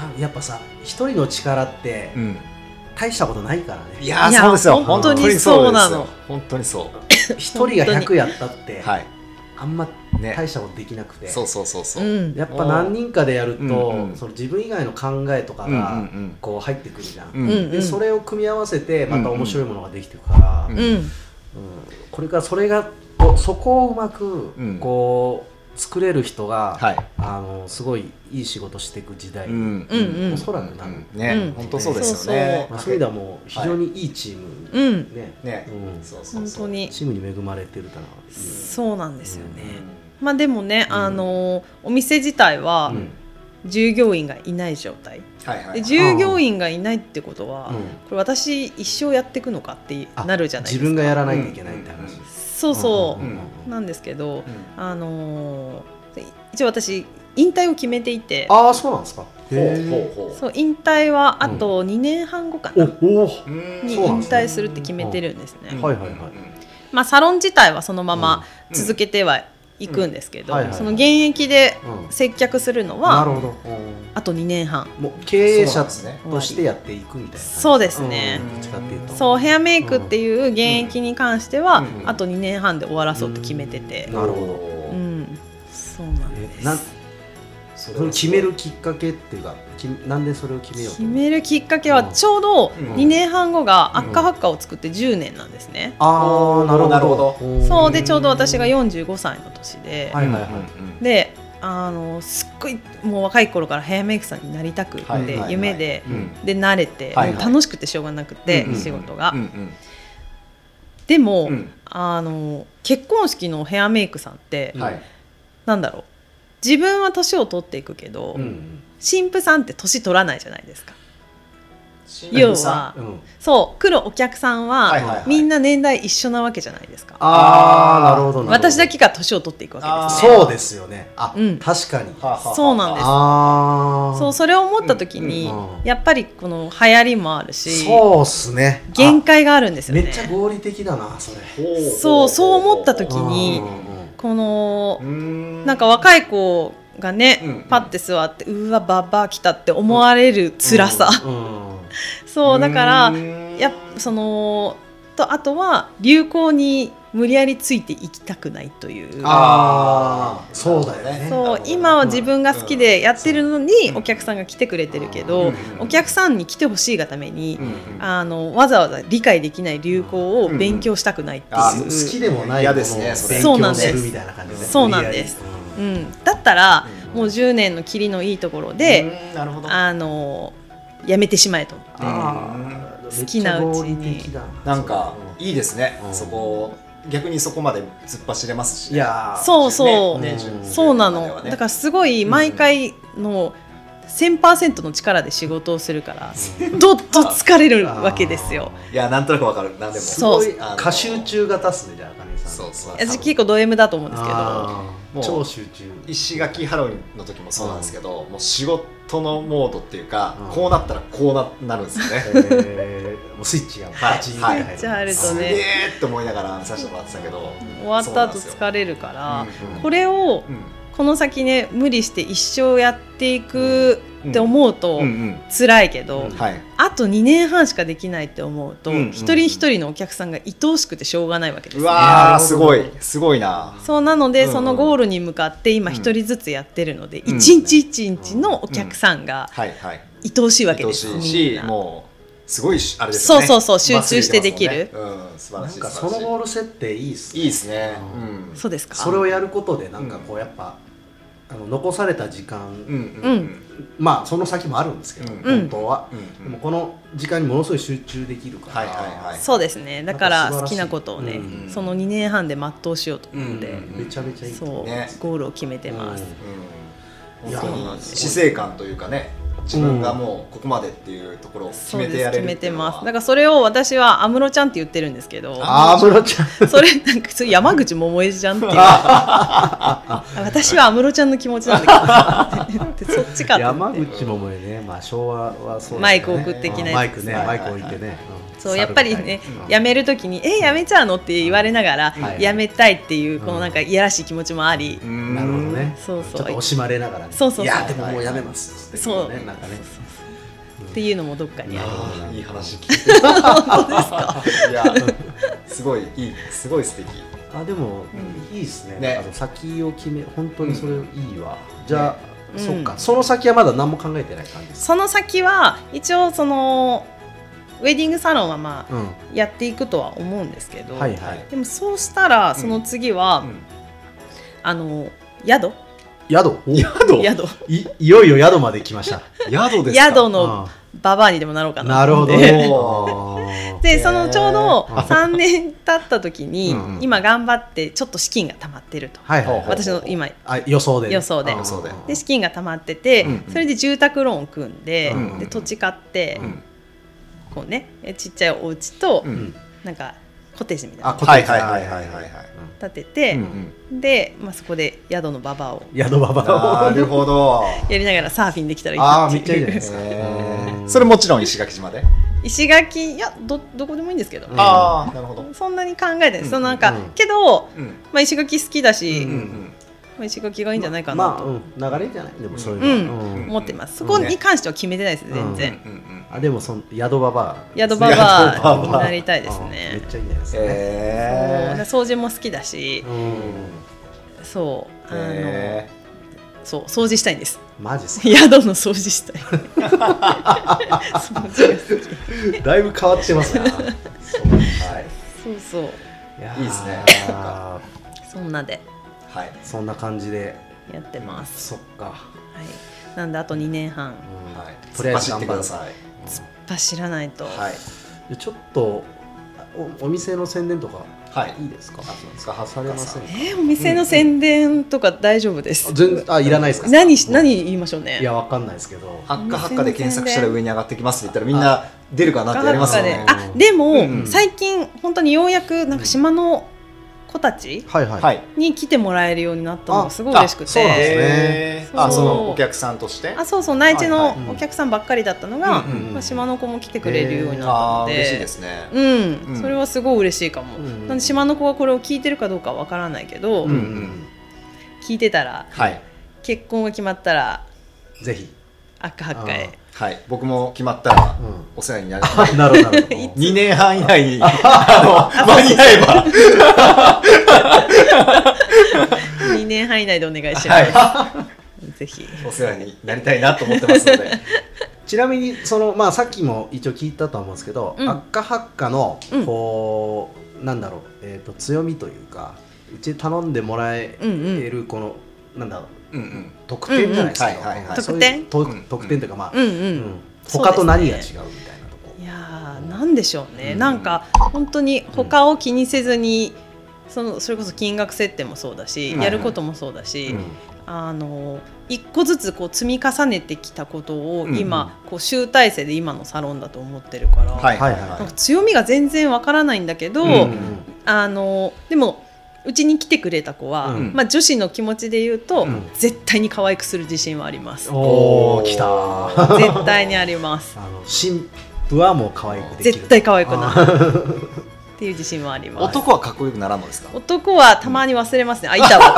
S2: んやっぱさ一人の力って
S3: うん
S2: 大したことないからね
S3: いやー
S4: いや
S3: そうですよ
S4: 本当にそうなの
S3: 本当にそうですよ本
S2: 一人が100やったって、
S3: 当にそうはい
S2: あんま
S3: ね
S2: 大したことできなくて、
S3: そうそうそうそうう、
S4: ん
S2: やっぱ何人かでやると、
S3: うんうん
S2: その自分以外の考えとか
S3: うんうん
S2: がこう入ってくるじゃん、
S3: うん
S4: うん
S2: でそれを組み合わせてまた面白いものができてるから、
S3: う
S2: うんん
S4: うん
S2: これからそれがこうそこをうまく
S3: うん
S2: こう作れる人が、
S3: はい
S2: あのすごいいい仕事していく時代、
S3: ん
S4: うん
S2: おそらくなる
S3: ね、
S4: うん
S3: 本当そうですよね。
S2: まあ、そういう意味ではもう非常にいいチーム、
S4: うん
S2: ね
S3: ね、
S2: うん
S3: そうそう
S4: 本
S3: そう
S4: 当に
S2: チームに恵まれてるだなっていう
S4: そうなんですよね、
S3: う
S4: まあでもね、あのお店自体は
S2: うん
S4: 従業員がいない状態、
S3: んはいはい
S4: で従業員がいないってことは、
S2: うん
S4: これ私一生やっていくのかってなるじゃないです
S2: 自
S4: か
S2: 分がやらないといけないって話、
S3: うん
S4: そうそう、
S3: うん
S4: なんですけ
S3: う
S4: ど、
S3: ん
S4: あのー一応私引退を決めていて
S2: ああそうなんですか
S3: ほうほうほう。
S4: そう引退はあと2年半後か
S2: お
S4: な、
S2: お
S3: うーん
S4: に
S2: そうなん
S4: 引
S2: ですね
S4: 退するって決めてるんですね、
S3: うん
S2: はいはいはい
S4: まあ、サロン自体はそのまま続けてはいくんですけど、
S2: うんはいはいはい
S4: その現役で
S2: うん
S4: 接客するの
S2: な
S4: は
S2: るほど
S4: あと2年半
S2: もう経営者
S3: そうなんですね
S2: としてやっていくみたいな感じ
S4: そうですね
S2: うんどっちかっていうと
S4: そうヘアメイクっていう現役に関しては、
S3: うん
S4: あと2年半で終わらそうって決めてて
S2: うんなるほど
S4: う
S3: ど
S4: ん、そうなんで
S2: え
S4: す
S2: なん
S3: そ
S2: その決めるきっかけっていうかきなんでそれを決めようと
S4: 決めるきっかけはちょうど2年半後がアッカハッカを作って10年なんですね、
S2: ああなるほど
S3: なるほど
S2: うん
S4: そうでちょうど私が45歳の年で、
S2: はいはいはい
S3: い。
S4: であのすっごいもう若い頃からヘアメイクさんになりたく
S3: はいは
S4: っ
S3: い
S4: て
S3: はい
S4: 夢で、
S3: うん
S4: で慣れて、
S3: はいはい
S4: 楽しくてしょうがなくて、
S3: うんうん
S4: 仕事が、
S3: うんうん
S4: でも、
S3: うん
S4: あの結婚式のヘアメイクさんって、
S2: うん
S3: はい。
S4: なんだろう自分は年を取っていくけど、
S2: うん
S4: 新婦さんって年取らないじゃないですか要
S3: 要
S4: は
S2: うん
S4: そう来るお客さんは、
S3: はいはいはい
S4: みんな年代一緒なわけじゃないですか
S2: ああなるほどなるほど
S4: 私だけが年を取っていくわけですね
S2: そうですよねあ
S4: うん
S2: 確かに
S4: そうなんです
S2: ああ
S4: そうそれを思った時に、
S2: うんうん
S4: やっぱりこの流行りもあるし
S2: そうっすねあ
S4: 限界があるんですよ
S2: め
S4: ね
S2: っちゃ合理的だなそれ
S3: です
S4: そうそう思った時に
S2: うん
S4: この
S3: な
S4: なんか若い子がね、
S3: うん
S4: パッて座ってうわババア来たって思われる辛さ、
S2: うんうん
S4: そうだからや
S3: や
S4: っぱそのとあとは流行に無理やりついていきたぱないという
S2: ああそうだよね
S3: なるほ
S4: そ
S3: ど
S4: う今は自分が好きでやってるのに
S3: うん
S4: お客さんが来てくれてるけ
S3: う
S4: ど
S3: ん
S4: お客さんに来てほしいがために
S3: うんうん
S4: あのわざわざ理解できない流行を勉強したくないって
S3: あ
S2: 好
S4: いう
S2: きでもない
S3: 嫌
S2: ものを
S3: ですね
S2: 勉
S3: それ
S4: そう
S2: 強
S4: なんです
S2: するみたいな感じで
S4: そうなんです
S2: 無
S4: う
S2: 理やり
S4: ん、だったら
S3: うん
S4: もう10年のキリのいいところで、
S3: うんなるほど
S4: あのやめてしまえと
S2: うんあー
S3: うん
S2: めっちゃ
S4: 好きなうちに
S2: 合理的だ
S3: なんかいいですね、
S2: うん
S3: そこ逆にそこまで突っ走れますし、ね、
S2: いやー
S4: そうそう
S3: ねね準備
S4: そうな
S3: まで
S4: の、
S3: はね
S4: だからすごい毎回の1000%の力で仕事をするからどっと疲れるわけですよ。
S3: いやなんとなくわかる何でも
S2: す
S4: そ
S2: ご
S4: う
S2: い
S3: あの
S2: 過集中型っすねじゃあ茜さん
S3: そうそう
S4: 私結構ド M だと思うんですけど
S2: あー
S3: もう
S2: 超集中
S3: 石垣ハロウィンの時もそうなんですけど、もう仕事のモードっていうか、
S2: うん
S3: こうなったらこうななるんですよね
S2: えーもうスイッチが
S3: はい
S2: バチンって入る
S3: はい
S4: じゃああると
S3: すげ
S4: ね
S3: えって思いながら見させてもらってたけど、
S4: 終わった後
S3: そうなん
S4: 疲れるから、
S3: ですようんうん
S4: これを
S3: うん
S4: この先ね無理して一生やっていくって思うと
S3: うん
S4: 辛いけど、
S2: うん
S3: はい
S4: あと2年半しかできないって思うと、
S3: うんうんうん
S4: 一人一人のお客さんが愛おしくてしょうがないわけです
S3: う
S4: ね。
S3: わ
S2: なるほ
S3: ー
S2: ど
S3: すごいすごいな
S4: そうなの
S3: う
S4: で、
S3: んうん
S4: そのゴールに向かって今一人ずつやってるので、
S3: うん
S4: 一日一日のお客さんが
S3: はいはい
S4: 愛おしいわけで
S3: 愛
S4: す、
S3: しい
S4: みん
S3: し
S4: な
S3: もうすごいしあれですよね
S4: そうそうそう集中してできる
S3: 忘れてますもんねうん素晴
S2: な
S3: ら
S2: ん
S3: しい
S2: か
S3: 素
S2: そ
S3: 晴
S2: の
S3: らしい
S2: ゴール設定いいっすね
S3: いいですね
S2: う
S3: うん
S4: そうですか
S2: それをやることでなんかこうやっぱ、あの残された時間、
S3: うん
S4: うん
S2: まあその先もあるんですけど、
S3: うん
S2: 本当は、
S3: うん
S2: でもこの時間にものすごい集中できるから、
S3: はいはいはい
S4: そうですねだか
S2: なんか素晴
S4: ら好
S2: らしい
S4: きなことをね、
S2: うん
S4: その2年半で全うしようと思って、
S3: う
S2: め
S3: ん
S2: ちゃめちゃいいと
S4: そう
S2: 思、
S3: ね
S4: ゴールを決めてます、
S3: うん
S2: いや
S3: 本当に
S2: すごい
S3: 死生観というかね自分がもうここまでっていうところを決
S4: そう
S3: め
S4: です
S3: てやれ
S4: 決
S3: る
S4: めてます
S3: か
S4: だからそれを私は安室ちゃんって言ってるんですけど
S2: あームロ ちゃん
S4: それなんかそれ山口百恵じゃんっていう私は安室ちゃんの気持ちなんだけどってそっちかと思
S2: 山
S4: って
S2: 口百恵ね、まあ、昭和はそうだよね
S4: マイク置く的
S2: う
S4: なやつ
S2: んマイクね
S3: はい
S2: マイク置いてね、ん
S4: そうやっぱりね、辞めるときに「え辞めちゃうの?」って言われながら、
S2: はい
S4: 辞めたいっていう
S2: う
S4: この
S2: ん
S4: なんかいやらしい気持ちもあり、
S2: なるほどね
S4: そうそう
S2: ちょっと惜しまれながらね
S4: そうそうそう
S2: いやでももうやめます
S4: そう
S2: っていうねなんかね
S4: っていうのもどっかにある。
S3: あーいい話聞いてるいやすごいいいすごい素敵
S2: あでも、いいですね
S3: ね
S2: あの先を決め本当にそれいいわ、じゃあ、
S4: うん
S2: そっかその先はまだ何も考えてない感じです
S4: その先は一応そのウェディングサロンはまあ
S2: うん
S4: やっていくとは思うんですけど、
S2: はいはい
S4: でもそうしたらその次は、あの宿
S2: 宿お
S4: 宿
S2: いいよいよ宿まで来ました
S3: 宿ですか
S4: 宿 のババアにでもなろうかな
S2: なるほど
S4: で
S2: ね
S3: お
S4: でそのちょうど
S2: へ ー
S4: 3年経った時に、
S2: うんうん
S4: 今頑張ってちょっと資金が溜まってると、
S2: はいはいはい
S4: 私の今
S2: あ予想でね
S4: 予想で
S2: あー
S3: 予想で
S4: で資金が溜まってて、
S3: うんうん
S4: それで住宅ローンを組んで,、
S2: うん
S4: で土地買って、
S3: うん
S4: こうねえちっちゃいお家と、
S3: う
S2: うんん
S4: なんかコテージみたい
S2: あ
S4: なの
S2: こ
S3: はいはいはいはいはいはい
S4: 建てて、
S3: うん
S4: で、まあ、そこで宿のババアを
S2: 宿ババ
S3: なるほど
S4: やりながらサーフィンできたらいい
S2: あ
S4: な
S2: あめ
S4: っ
S2: ってちゃいい
S4: い
S2: じゃないうですかうん
S3: それもちろん石垣島で
S4: 石垣いやどどこでもいいんですけど、
S2: うん
S3: ああなるほど
S4: そんなに考えてない、
S3: うん
S4: そのなんか、
S2: うん
S4: けど、
S3: うん
S4: まあ、石垣好きだし、
S3: うんんうん
S4: まあ、石垣がいいんじゃないかな
S2: ま
S4: と
S2: あ、うん、流れじゃないでもそういうの
S4: う
S2: は、うん
S3: ん
S4: 思ってます、そこに関しては決めてないです全然、
S3: うんうん
S2: あでもその宿ババア
S4: 宿ババアになりたいです
S2: あめ
S4: ね
S2: っちゃいいじゃないですか、ね
S4: そう
S3: え
S4: 掃除も好きだし、
S2: うん
S4: そうあの、
S3: え
S4: そう掃除したいんです
S2: マジっすか
S4: 宿の掃除したい掃除が好き
S2: だいぶ変わってます ね
S3: はい
S4: そうそう
S2: いやー
S3: いいっすね
S4: そんなで
S3: はい
S2: そんな感じで
S4: やってます、
S2: そっか、
S4: はい、なんであと2年半
S2: うん
S3: はい
S2: とりあえず
S3: 突っ走ってくだ
S2: い
S3: さい
S4: 走らないと、
S3: はい
S2: でちょっとおお店の宣伝とか
S3: はい
S2: いいですか、
S3: そうですか
S2: されませんか
S4: えーお店の宣伝とか大丈夫です、
S2: 全然あいらないですか
S4: 何し何言いましょうね
S2: いやわかんないですけど
S3: ハッカハッカで検索したら上に上がってきますって言ったらみんな出るかなってやりますよね。
S4: あでも、
S3: うん
S4: 最近本当にようやくなんか島の子たち
S2: はいは
S3: はい。
S4: に来てもらえるようになったのが
S2: あ
S4: すごい嬉しく
S2: あ
S4: て
S2: そうなんですね
S4: そう
S3: あ、そのお客さんとして。
S4: あそうそう内
S3: は
S4: 地
S3: いはい
S2: うん
S4: のお客さんばっかりだったのが、
S3: うんうん
S2: うん
S4: まあ、島の子も来てくれるようにな
S3: あ
S4: っ
S3: ー
S4: たので,、
S3: 嬉しいですね。
S4: うん、
S3: うん
S4: それはすごい嬉しいかも、
S2: うん
S4: なんで島の子がこれを聞いてるかどうかわからないけど、
S2: うんう
S3: うん
S4: 聞いてたら
S3: はい。
S4: 結婚が決まったら
S2: ぜひ、
S4: 赤八回
S3: はい。僕も決まったら
S2: うん
S3: お世話になり ま す。
S2: あなるほどなるほど
S3: 2年半以内にあの間に合えば、は
S4: 2年半以内でお願いします、
S3: い、
S4: ぜひ
S3: お世話になりたいなと思ってますので、
S2: ちなみにその、まあ、さっきも一応聞いたとは思うんですけど、
S4: うん
S2: アッカハッカの
S4: うん
S2: こう、なんだろう、えー、と強みというかうちで頼んでもらえ
S4: うんうん
S2: るこの、なんだろう
S3: うんうん、
S2: 特典じゃないですか、
S3: うんうんはいはいはい
S2: そういう
S4: 特典
S2: と
S3: うん
S2: 特典というかまあ、
S4: うんう、
S2: うんん他と何が違うみ
S4: いやーやなんでしょうね、なんか本当に他を気にせずに、そのそれこそ金額設定もそうだし、
S2: はい
S4: やることもそうだし、
S2: うん
S4: あの一個ずつこう積み重ねてきたことを
S3: うん
S4: 今、こう集大成で今のサロンだと思ってるから、
S3: はいは
S2: は
S3: い
S2: い
S4: なん
S3: は
S4: か強みが全然わからないんだけど、
S3: うん
S4: あのでもうちに来てくれた子は、
S2: うん
S4: まあ、女子の気持ちで言うと、
S2: うん
S4: 絶対に可愛くする自信はあります。
S2: おー来たー
S4: 絶対にあります。
S2: あの新婦はもう可愛くできる
S4: 絶対可愛くなるっていう自信はあり
S3: い
S4: ます。
S3: 男はかっこよくならんのですか
S4: 男はたまに忘れますね。あ、いたわ。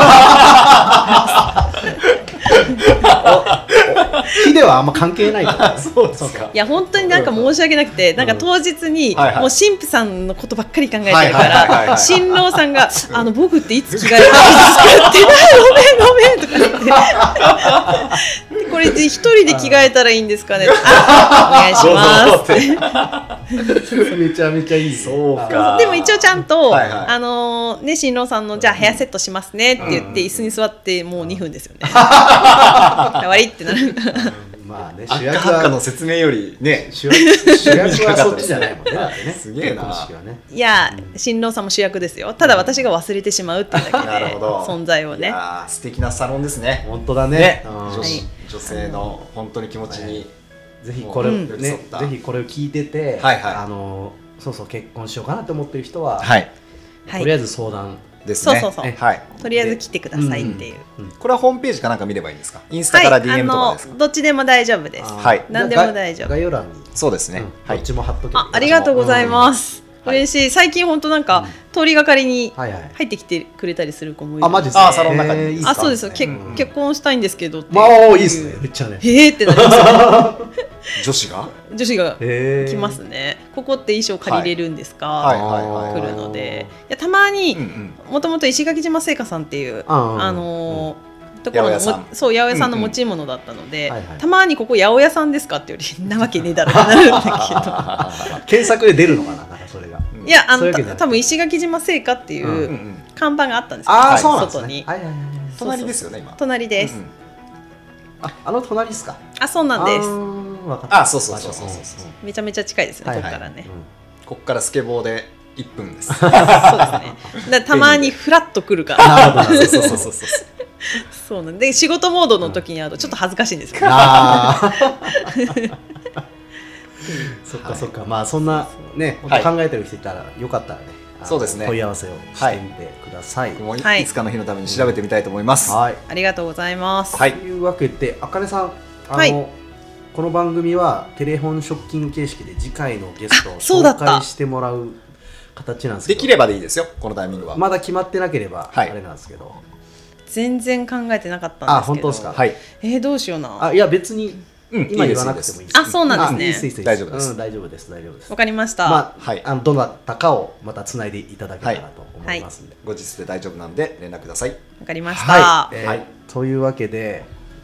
S2: 日ではあんま関係ないから、ね、
S3: そうですか
S4: いや、本当になんか申し訳なくて、なんか当日に、
S3: はいはい
S4: もう神父さんのことばっかり考えてるか
S3: はいはいはいは
S4: ら、
S3: い
S4: 新郎さんが、あの、僕っていつ着替えたんですかって、あごめんごめんとか言って。でこれで一人で着替えたらいいんですかね。 あ、お願いします。
S2: めちゃめちゃいい
S3: そうか
S4: でも一応ちゃんと、
S3: はいはい
S4: あのーね新郎さんのじゃあヘアセットしますねって言って
S3: うん
S4: 椅子に座ってもう2分です よね。終わりってなる。
S2: まあね
S3: あっ
S2: 主
S3: か
S2: 役
S3: はっかの
S2: は
S3: 説明よりね
S2: 主役主役はそっちじゃないもんねだってね
S3: すげえ
S2: 結
S3: な
S2: 婚式はね
S4: いや新郎さんも主役ですよ。ただ私が忘れてしまうっていうだけ
S3: なる
S4: で
S3: ほど
S4: 存在を
S3: い
S4: ね。
S3: やー素敵なサロンですね
S2: 本当だね
S3: ね
S2: うん
S3: 女
S4: はい
S3: 子女性の本当に気持ちに
S2: ぜひこれを
S4: うん
S2: ね、
S3: 寄り
S2: ぜ
S3: 添った
S2: ひこれを聞いてて、
S3: はいはい
S2: あのそうそう結婚しようかなと思ってる人は、
S3: はい
S4: は
S2: とりあえ
S4: い。
S2: ず相談
S3: ですね
S4: そうそうそう
S3: はい
S4: とりあえず来てくださいっていう。
S3: これはホームページかなんか見ればいいんですかインスタ
S4: は
S3: から
S4: い。あ
S3: DM とか
S4: の
S3: ですか
S4: どっちでも大丈夫です。
S2: あー
S3: はい
S4: 何でも大丈夫
S2: 概概要欄に、
S3: そうです
S2: う
S3: ね
S2: ん
S3: は
S2: ど
S3: い
S2: っちも貼っとけ
S4: あありがとうございます。
S3: はい
S4: 嬉しい。最近本当なんか通りがかりに
S2: はいはい
S4: 入ってきてくれたりする子もいる。
S2: あマジです
S3: あサロンの中に
S2: えーいいっすか
S4: あそうですよ。け
S2: うん
S4: 結婚したいんですけどっていう。
S2: まあおーいいっすねめっちゃね
S4: へーってなりますよね。
S3: 女子が
S4: 女子が
S2: へー
S4: 来ますね、ここって衣装借りれるんですか、
S3: はいはいはい
S4: 来るのでいやたまに
S3: うんうん
S4: もともと石垣島製菓さんっていう、
S2: あー
S4: あのーところの
S3: 八百屋さん
S4: もそう八百屋さんの持ち物だったので、
S2: うんうんはいはい
S4: たまにここ八百屋さんですかってよりんなわけねえだろってなるん だ
S2: 検索で出るのかななんかそれが
S4: けど いやあ
S2: そういう
S4: の
S2: わけじ
S4: た
S2: ゃない
S4: 多分石垣島製菓ってい
S2: うん
S3: うんう
S4: うん看板があったんですよ、
S2: ああ、
S3: はい
S2: そうなんです
S4: 外
S2: ね
S4: に
S2: はいはいはいはい
S3: 隣ですよね今
S4: 隣です、
S3: うんうん
S2: ああの隣ですか
S4: あそうなんです
S2: すわかった
S3: あそうそうそうそうそうそう
S4: めちゃめちゃ近いですね、
S2: はいはい
S4: ここからね、
S3: こっからスケボーで1分です
S4: そうですねだからたまにフラッと来るから
S2: なるほどなるほど
S3: そうそうそうそう
S4: そうなんでで仕事モードの時に会うとちょっと恥ずかしいんですけど、
S2: あ ーそっかそっか、まあそんなね、
S3: はい
S2: 考えてる人いたらよかったらねあの
S3: そうですね
S2: 問い合わせをしてみてください、
S3: 僕もい
S4: はい
S3: いつかの日のために調べてみたいと思います。
S2: はい
S4: ありがとうございます。
S3: はい
S2: というわけであかねさんあの、
S4: はい
S2: この番組はテレフォンショッキング形式で次回のゲストを
S4: あそうだ
S2: 紹
S4: った
S2: 介してもらう形なんですけ
S3: で
S2: ど
S3: きればでいいですよ、このタイミングは。
S2: まだ決まってなければあ
S3: はい
S2: れなんですけど、
S4: 全然考えてなかったんですけど。
S2: あ本当ですか
S3: はい。
S4: えー、どうしような。
S2: あいや別に
S3: うん
S2: 今
S3: い
S2: 言
S3: いです
S2: わなくてもいい
S4: あそうなんですね
S2: あいいすいいす
S3: 大丈夫です
S2: うん大丈夫です大丈夫です
S4: わかりました。
S2: まあ、
S3: はい
S2: あのどなたかをまたつないでいただけたらと思いますんで。
S3: 後日で大丈夫なんで連絡ください。
S4: わかりました。
S2: はいえー
S3: はい
S2: というわけで、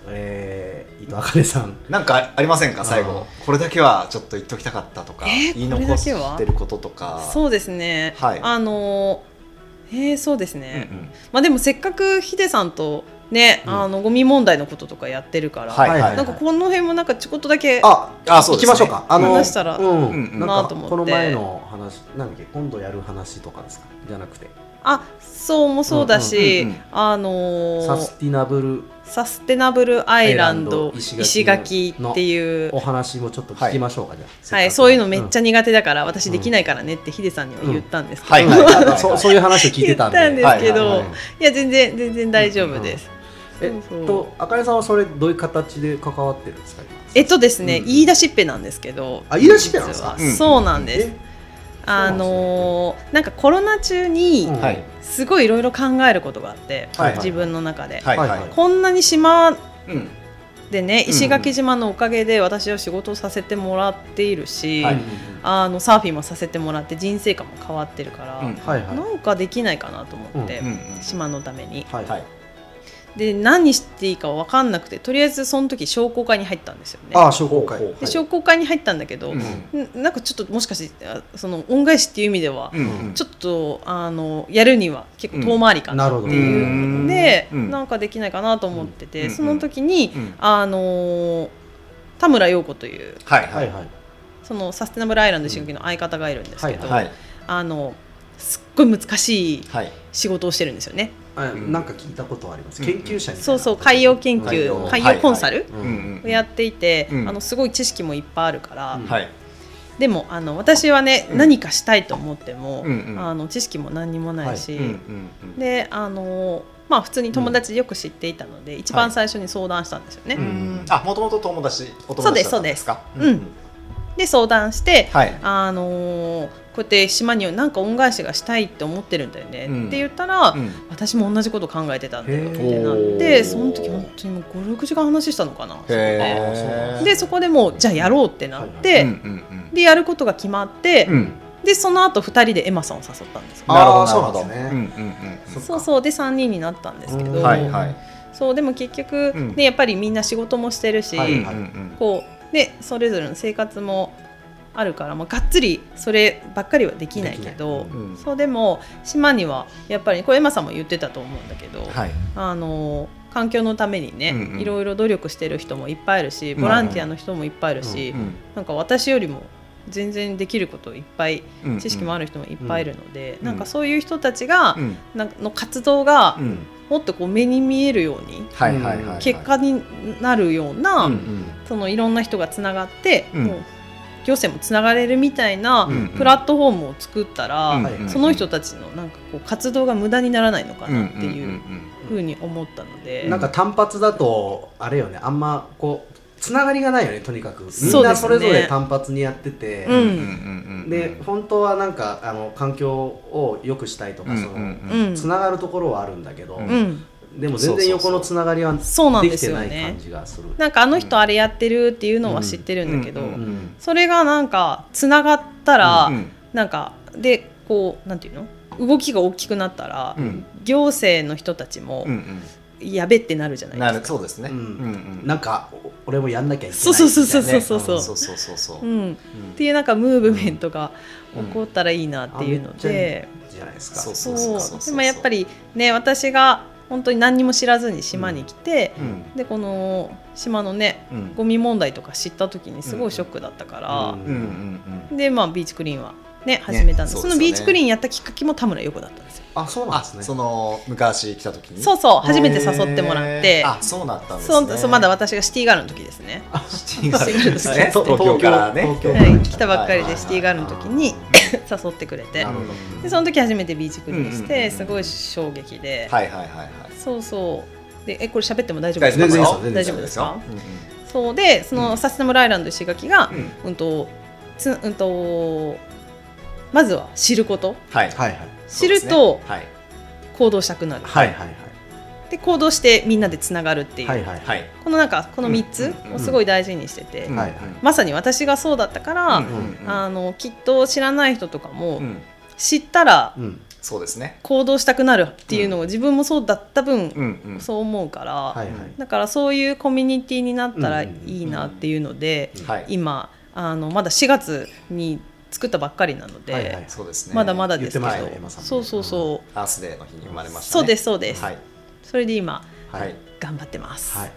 S2: えー、伊藤あかねさん、
S3: なんかありませんか、最
S2: あ
S3: 後。これだけはちょっと言っときたかったとか、
S4: えー
S3: 言い
S4: こ
S3: 残
S4: れだけは
S3: してることとか。
S4: そうですね。
S3: はい
S4: あのー、えー、そうですね。
S3: うんうん
S4: まあでもせっかくヒデさんとね、
S2: うん
S4: あのゴミ問題のこととかやってるから、
S3: はいはい。
S4: なんかこの辺もなんかちょこっとだけ
S2: あ
S3: あそう
S2: 聞
S3: で
S2: き
S3: す
S2: ま
S3: ね
S2: しょうか。あの
S4: 話したら
S2: うん
S3: うんうん
S2: な
S4: なんあと思
S2: か
S4: って
S2: この前の話、なんだっけ、今度やる話とかですか、じゃなくて、
S4: あそうもそうだし、
S3: うんうんうんうん
S4: あのー
S2: サスティナブル
S4: サステナブルアイラン
S2: アイ
S4: ド
S2: ランド石垣の
S4: 石垣っていう
S2: お話もちょっと聞きましょうか、じゃあ。
S4: はい、そういうのめっち
S2: ゃ。
S4: ゃ苦手だから、私できないからねってヒデさんには言ったんですけど、
S3: はい
S2: うん
S3: はいはい
S2: あのそうそういう話を聞いてたんで。
S4: 言ったんですけど
S2: はいはいはい
S4: いや全然全然大丈夫です、
S2: えっと、あかねさんはそれどういう形で関わってるんですか。今
S4: えっとですね、
S2: うん
S4: 言い出しっぺなんですけど
S2: あ言い出しっぺなんですか
S4: 実
S3: う
S4: は
S3: ん
S4: そうなんです、
S2: え
S4: あのーなんかコロナ中に
S2: うん
S3: はい
S4: すごいいろいろ考えることがあって、
S2: はい
S4: 自分の中で、
S3: はいはい
S2: はい
S4: こんなに島
S3: うん
S4: でね
S3: うん
S4: 石垣島のおかげで私は仕事をさせてもらっているし、
S3: はい
S4: あのサーフィンもさせてもらって人生観も変わってるから、
S3: うん
S2: はいはい。
S4: なんかできないかなと思って、
S2: う
S3: うんうん
S4: 島のために
S2: はい
S3: はい。
S4: で何していいか分かんなくてとりあえずその時商工会に入ったんですよね
S2: ああ、商工会
S3: ほうほうほ。う
S4: で商工会に入ったんだけど、
S3: うん
S4: んなんかちょっともしかしてあその恩返しっていう意味では、
S3: うんうん
S4: ちょっとあのやるには結構遠回りか
S2: な
S4: な
S2: る
S4: っ
S2: ほど
S4: ていうので、
S3: うんうん
S4: なんかできないかなと思ってて、
S3: うん
S4: その時に、
S3: うん
S4: あのー田村陽子という
S3: はい
S2: は
S3: はいい。
S2: はい。
S4: そのサステナブルアイランド石垣の相方がいるんですけど、
S2: うん
S3: はい
S4: あのすっごい難しい
S3: はい
S4: 仕事をしてるんですよね。
S2: あ
S3: ん
S2: なんか聞いたことはあります、
S3: うん
S2: 研究者みたいな
S4: そうそう海洋研究
S3: 海
S4: 海
S3: 洋
S4: 洋コンサル
S2: う
S3: うんん
S4: をやっていて、
S3: うん
S4: あのすごい知識もいっぱいあるから、
S2: うん
S3: はい
S4: でもあの私はね、
S3: うん
S4: 何かしたいと思って
S3: う
S4: も、
S3: んうん
S4: あの知識も何にもないし、
S3: うんうんうん
S4: であのまあ普通に友達でよく知っていたので、一番最初に相談したんですよね。
S2: う
S3: うんんあもともと友達お友達だったんですか
S4: そうですそうですで相談して、
S3: はい
S4: あのーこうやって島になんか恩返しがしたいって思ってるんだよね、
S3: うん
S4: って言ったら、
S3: うん
S4: 私も同じこと考えてたんだよ
S2: へ
S4: って
S2: ー
S4: なっ
S3: おー
S4: てその時本当にもう56時間話したのかなそこで
S2: ーそうなん
S3: へえ
S4: でそこでもうじゃあやろうってなって、
S3: うんうん
S4: でやることが決まって、
S3: うんうん
S4: でその後2人でエマさんを誘ったんですよ
S2: あ
S3: なるほど
S2: ーそうなん
S3: なる
S2: ですね
S3: ほどうんうん
S2: そっか
S4: そうそうで3人になったんですけ
S2: う
S4: ど、
S2: ん
S3: はいはい
S4: そうでも結局、
S3: うん
S4: ね、やっぱりみんな仕事もしてるし、
S2: は
S3: うん
S2: い
S3: うんうん
S4: こうでそれぞれの生活もあるから、まあ、がっつりそればっかりはできない
S2: で
S4: けど
S2: き
S3: ないうん
S4: そうでも島にはやっぱりこれエマさんも言ってたと思うんだけど、
S3: はい
S4: あの環境のためにね、
S3: うんうん
S4: いろいろ努力してる人もいっぱいいるしボランティアの人もいっぱいいるし、
S3: うん
S4: なんか私よりも全然できることいっぱい
S3: うんうん
S4: 知識もある人もいっぱいいるので、
S3: うん
S4: なんかそういう人たちが、
S3: うん
S4: なんかの活動が
S3: うん
S4: もっとこう目に見えるように
S3: はいはいはい
S4: 結果になるような、
S3: うんうん
S4: そのいろんな人がつながって、
S3: うん
S4: もう行政もつながれるみたいな
S3: うん
S4: プラットフォームを作ったら、
S3: うん
S2: はい
S4: その人たちのなんかこう活動が無駄にならないのかなって
S3: んん
S4: いうんふうに思ったので、
S2: なんか単発だとあれよねあんまこうつながりがないよねとにかくみ
S4: そ
S2: ん
S4: うで
S2: な
S4: す
S2: そ
S4: ね
S2: れぞれ単発にやってて、
S4: うん
S3: うんうんうん
S2: で本当はなんかあの環境を良くしたいとか、
S3: うん
S2: その、
S3: うん
S4: うん、
S2: つながるところはあるんだけど、
S3: うん
S4: うん、
S2: でも全然横のつながりは
S4: そうなん
S2: で
S4: で
S2: きて
S4: すよ
S2: ない
S4: ね
S2: 感。じがする。
S4: なんかあの人あれやってるっていうのは知ってるんだけど、
S3: うんうんうん
S4: それがなんかつながったら、
S3: うん
S4: なんかでこうなんていうの動きが大きくなったら、
S3: うん
S4: 行政の人たちも
S3: うんうん
S4: やべってなるじゃない
S3: な
S4: です
S3: る
S4: か。
S3: そうですね
S2: うん
S3: うんうん
S2: なんかお俺もやんなきゃいけない
S4: そうそうそうそうそうそう
S2: みたいなね
S3: そうそうそうそう
S4: うん、っ
S3: うん
S4: ていうなんかムーブメントが
S3: う
S4: 起
S3: ん
S4: こったらいいなっていうの
S2: あめっ
S4: で、
S2: じゃないですか
S3: そう
S4: そう
S3: そうそう
S4: でもやっぱりね私が本当に何にも知らずに島に来て、
S3: うん
S4: でこの島のね
S3: うん
S4: ゴミ問題とか知った時にすごいショックだったから、
S3: うんうん
S4: でまあビーチクリーンはね始めたんです、
S3: そう
S4: そ
S3: ですよね
S4: のビーチクリーンやったきっかけも田村陽子だったんですよ。
S2: あそう
S3: うん
S2: なん
S3: あ
S2: です
S3: そ
S2: ね
S3: の昔来た時に
S4: そうそう初めて誘ってもらって
S3: へーあそうなったんです
S4: そう
S3: ね
S4: そうまだ私がシティガールの時です ね、
S3: シティガールですね
S4: シティガールですね
S3: 東京からね
S2: 東京
S4: は
S2: 東
S4: い、
S2: 京
S4: 来たばっか
S2: はいはい
S4: り
S2: は
S4: で
S2: い
S4: シティガールの時に誘ってくれて
S3: なるほど
S4: でその時初めてビーチクリ
S3: う
S4: ーンし
S3: んうんうんう
S4: て
S3: ん
S4: すごい衝撃で、
S3: はいはいはいはい
S4: そうそうでえこれ喋っても大丈夫で
S3: 大
S4: す
S3: 丈夫
S4: か
S3: です
S2: よ
S3: よ
S4: 大丈夫ですか
S3: 大丈夫です
S4: そうでそのサステナブルアイランド石垣が
S3: う、んうん
S4: うんとつうんとまずは知ること
S3: はい
S2: はいはい
S4: 知ると
S3: そうですね
S4: 行動したくなる、
S2: はいはい
S4: で行動してみんなでつながるっていう、
S2: はいはいはい
S3: はいはい
S4: このなんかこの
S3: う
S4: 3
S3: ん
S4: つ
S3: うんうん
S4: をすごい大事にしてて、
S3: うん
S2: はい
S4: まさに私がそうだったから、
S3: うんうんうん
S4: あのきっと知らない人とかも、
S3: うん
S4: 知ったら
S2: うん
S3: そうですね
S4: 行動したくなるっていうのを自分もそうだった分、
S3: うんうん
S4: そう思うから、
S2: はいはい
S4: だからそういうコミュニティになったらいいなっていうので、
S3: はい
S4: 今あのまだ4月に作ったばっかりなので、
S2: はいはい
S3: そうですね
S4: まだまだですけど、
S2: 言ってましたねエマさんも
S4: そうそうそう、
S3: アースデーの日に生まれましたね
S4: そうですそうです、
S3: はい
S4: それで今
S3: はい
S4: 頑張ってます、
S2: はい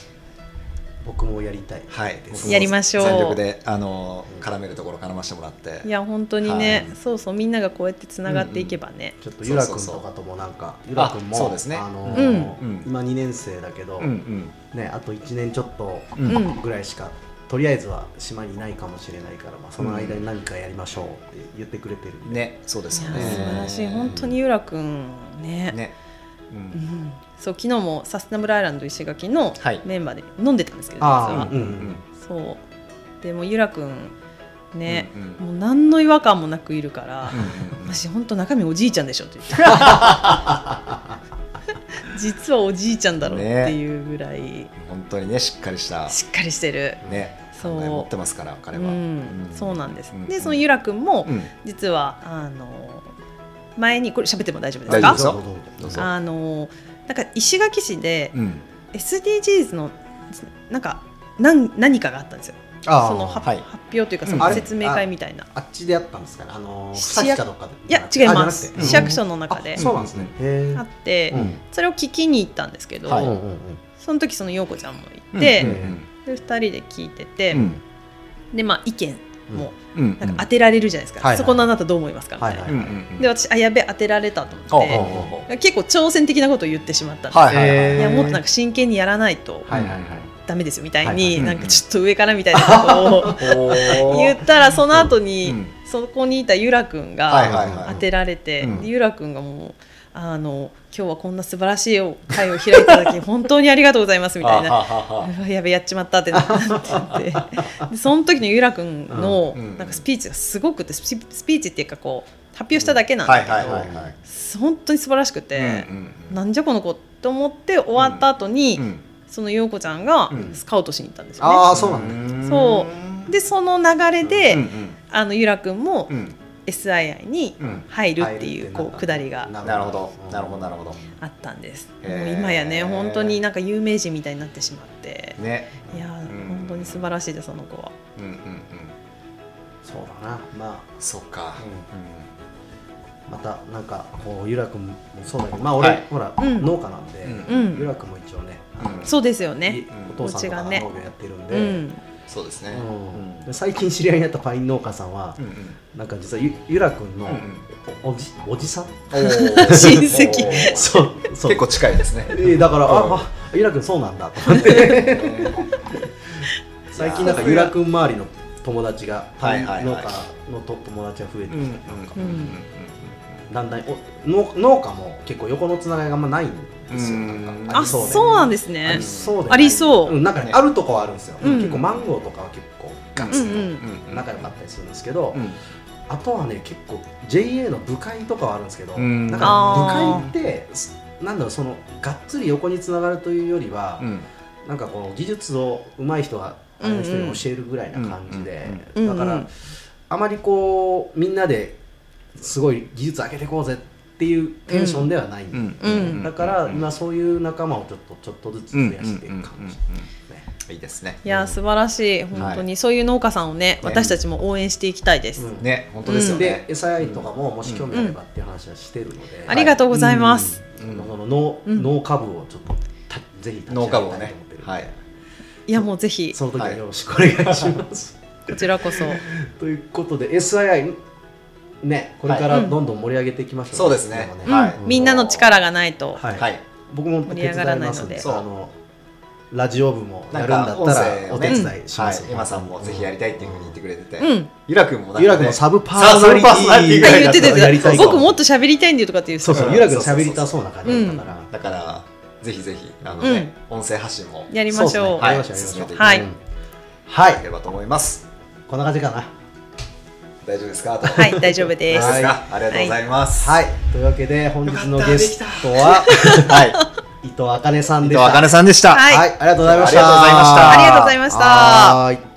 S2: 僕もやりたい
S3: はい
S2: です
S3: 僕も
S4: やりましょう
S3: 全力であのー絡めるところ絡ませてもらって
S4: い、や本当にね、
S3: はい
S4: そうそうみんながこうやってつながっていけばね、
S2: ちょっとゆらくんとかともなんかゆらくんも
S3: そうですね
S2: あの
S3: うんうん
S2: 今2年生だけど
S3: うんうん
S2: ねあと1年ちょっと
S3: うん
S4: うん
S2: ぐらいしかとりあえずは島にいないかもしれないからまあその間に何かやりましょうって言ってくれてるんで
S3: ね、そうです
S4: い
S3: よ
S4: や
S3: ね。
S4: 素晴らしい本当にゆらくんね
S3: ね、う、
S4: うんんそう昨日もサステナブルアイランド石垣の
S3: はい
S4: メンバーで飲んでたんですけど、実
S2: あ
S4: は
S2: あうんうん
S4: そうでもゆらくんね、
S3: うんうん
S4: もう何の違和感もなくいるから、
S3: うん
S4: 私本当中身おじいちゃんでしょって言 って実はおじいちゃんだろうっていうぐらい
S3: 本当にね、しっかりした
S4: しっかりしてる、
S3: ね、
S4: そう
S3: 考え持ってますから彼
S4: う
S3: は。
S4: ん、そうなんです、
S3: うん
S4: でそのゆらくんも
S3: うん
S4: 実はあの前にこれ喋っても大丈夫です
S3: 大丈夫
S4: か
S3: ですよ
S2: どうぞどうぞ
S3: どうぞ。
S4: あのなんか石垣市で
S3: うん
S4: SDGs のなんか何何かがあったんですよ
S2: ああ
S4: その発,、
S3: はい
S4: 発表というかそ
S3: うんあ
S4: の
S2: れ
S4: 説明会みたいな。
S2: あっちでやったんですかねあの
S4: 市
S2: 草木かどっかで
S4: いや違いま
S2: あ
S4: す
S2: じゃなくて
S4: 市役所の中で
S2: あそうなんですねへ
S4: あって、
S2: うん
S4: それを聞きに行ったんですけど、
S3: はい
S2: えうんうん
S4: その時その陽子ちゃんもい
S3: う
S4: て、
S3: ん
S4: で2人で聞いてて、
S3: うん
S4: でまあ意見も
S3: うんうん
S4: うなんか当てられるじゃないですか、
S2: はいはい
S4: そこのあなたどう思いますかみたい
S2: はいはい
S4: な、
S3: うんうんうん
S4: で私あやべ当てられたと
S3: ほう
S4: 思
S3: ほう
S4: っ
S3: ほうほ
S4: て結構挑戦的なことを言ってしまったん
S3: う
S4: で、
S3: はいはいはい
S2: え
S4: い、やもっとなんか真剣にやらないと
S2: はいはいはい
S4: ダメですよみたいに、
S2: はい
S3: はい
S4: なんかちょっと上からみたいなことを言ったらその後に、
S3: うん
S4: そこにいたゆらくん
S3: はいはい
S4: が
S3: はい
S4: 当てられて、
S3: うん
S4: でゆらくんがもうあの今日はこんな素晴らしい会を開いただき本当にありがとうございますみたい
S3: あ
S4: な。
S3: ははは
S4: うわやべやっちまったってな ってでその時のゆらくんの
S3: うんうん
S4: なんかスピーチがすごくてスピスピーチっていうかこう発表しただけなん
S3: は
S4: だ
S3: い
S4: け
S3: はい
S4: ど
S3: はいはい
S4: 本当に素晴らしくて、
S3: うんうんうん
S4: なんじゃこの子と思って終わった後に、
S3: うん
S4: その陽子ちゃんが
S3: うん
S4: スカウトしに行ったんですよね。
S2: ああそうなんだ
S3: ん
S4: そでその流れで、
S3: うんうん
S4: あのゆらくんも
S3: うん
S4: SII に
S3: うん
S4: 入るっていうこう
S2: くだ
S4: 下りが
S3: なるほどなるほどなるほど
S4: あったんです。
S3: へー
S4: もう今やね本当になんか有名人みたいになってしまって、
S3: ね
S4: いやー
S3: うん
S4: 本当に素晴らしいですその子は。
S3: うんうんうん
S2: そうだなま
S3: そっか
S2: あまたなんかこうゆらくんもそうだけどまあ俺、
S3: はい
S2: ほら、
S4: うん
S2: 農家なんで、
S3: うん
S4: うん
S2: ゆらくんも一応ね、あの
S3: うん
S4: そうですよ
S2: い
S4: ね。
S2: お父さんとか
S4: うちがね
S2: 農業やってるんで、
S4: うん。
S3: そうですね
S2: うんで最近知り合いになったパイン農家さんは、
S3: うんうん
S2: なんか実はゆゆらくんの
S3: うん
S2: おおじおじさん
S3: おー
S4: 親戚
S3: おー
S2: そうそう
S3: 結構近いですね
S2: えーだから、
S3: うん
S2: ああゆらくんそうなんだと思って最近なんかゆらくん周りの友達がパイン
S3: はいはい
S2: 農
S3: はい
S2: 家のと友達が増えて
S3: う
S2: き
S3: ん
S2: て、
S3: うんうんうん
S2: だんだんお農農家も結構横のつながりがあんまないんですよ
S3: うん
S2: なんか
S4: あ
S2: で
S4: そうなんです
S2: あ
S4: ね
S2: り。そうでない
S4: ありそう
S2: うんなんかね
S3: ね
S2: あるとこはあるんですよ、
S4: うん
S2: 結構マンゴーとかは結構ガッ
S4: うんう
S2: ツリ
S4: ん。
S3: うん
S2: 仲良かったりするんですけど、
S3: うん
S2: あとはね結構 JA の部会とかはあるんですけど、
S3: うん
S2: なん
S4: あ
S2: か
S4: ー
S2: 部会ってすなんだろうそのがっつり横につながるというよりは、
S3: うん
S2: なんかこう技術を上手い人が上手い人
S4: うんうん
S2: に教えるぐらいな感じで、
S4: うんうん
S2: だから、
S4: うんうん
S2: あまりこうみんなですごい技術上げていこうぜっていうテンションではない、
S3: うん
S4: うん
S2: だから、
S3: うん
S2: 今そういう仲間をちょっとちょっとずつ増やしていく感じ、
S3: うんうんうん
S2: ね
S3: いいですね
S4: いやー素晴らしい本当に、そういう農家さんをね私たちも応援していきたいです。
S2: うん
S3: ね本当ですよ
S2: で
S3: ね
S2: SII とかももし興味あればっていう話はしてるので、
S4: ありがとうございます。
S3: うん
S2: この農、
S4: うん
S2: 農家部をちょっとたぜひ立ち上
S3: 農
S2: げたいと
S3: 家部
S2: 思
S3: を
S2: って
S3: ね
S2: るんで、
S3: はい
S4: いやもうぜひ
S2: その時はよろしくお願いします。
S4: こちらこそ。
S2: ということで SII ねこれからどんどん盛り上げていきましょう、
S3: そうですね
S2: でも
S4: うん
S3: はい
S4: みんなの力がないと。
S2: はい、
S3: はい
S2: 僕も手伝いますんで
S4: 盛り上がらないので
S2: あのラジオ部もやる
S3: なん
S2: ん
S3: か
S2: だ
S3: 音
S2: ったら
S3: 声を
S2: お
S3: ね
S2: 手伝いします、
S3: はい、今さんもぜひやりたいっていうふうに言ってくれてて、
S4: うん。
S3: ゆらくんもなんかね
S2: ゆらくんのサブパーソナリテ
S3: サブパーソナリテ
S2: ィ
S3: ィぐら
S4: あ
S3: い
S4: 言
S3: だっ
S4: っ
S3: てた
S4: た
S3: ら
S2: や
S4: 言
S2: り
S4: ってた
S2: たい
S4: 僕もっと喋りたいんだよとかって言って
S2: そ
S4: た
S2: うそううんゆらくん喋りたそうな感じだったから、
S3: だからぜひぜひあのね、音声発信も
S4: やりましょ
S2: そ
S4: う。
S3: は
S2: で
S3: い
S2: すねやりましょうやりましょう
S4: はい
S2: うんはい
S3: いければと思います
S2: こんな感じかな
S3: 大丈夫ですかと
S4: はい、大丈夫
S3: 大丈夫で
S4: です。
S3: す
S4: は
S3: かありがとうございます
S2: はいいというわけで本日の
S3: よかった
S2: ゲストは
S3: はい
S2: 伊藤茜さん
S3: 伊
S2: で
S3: 藤
S2: した
S3: 茜さんでした
S4: い、
S2: はいありがとうございまし
S3: ありがとうございました
S4: ありがとうございました
S2: はーい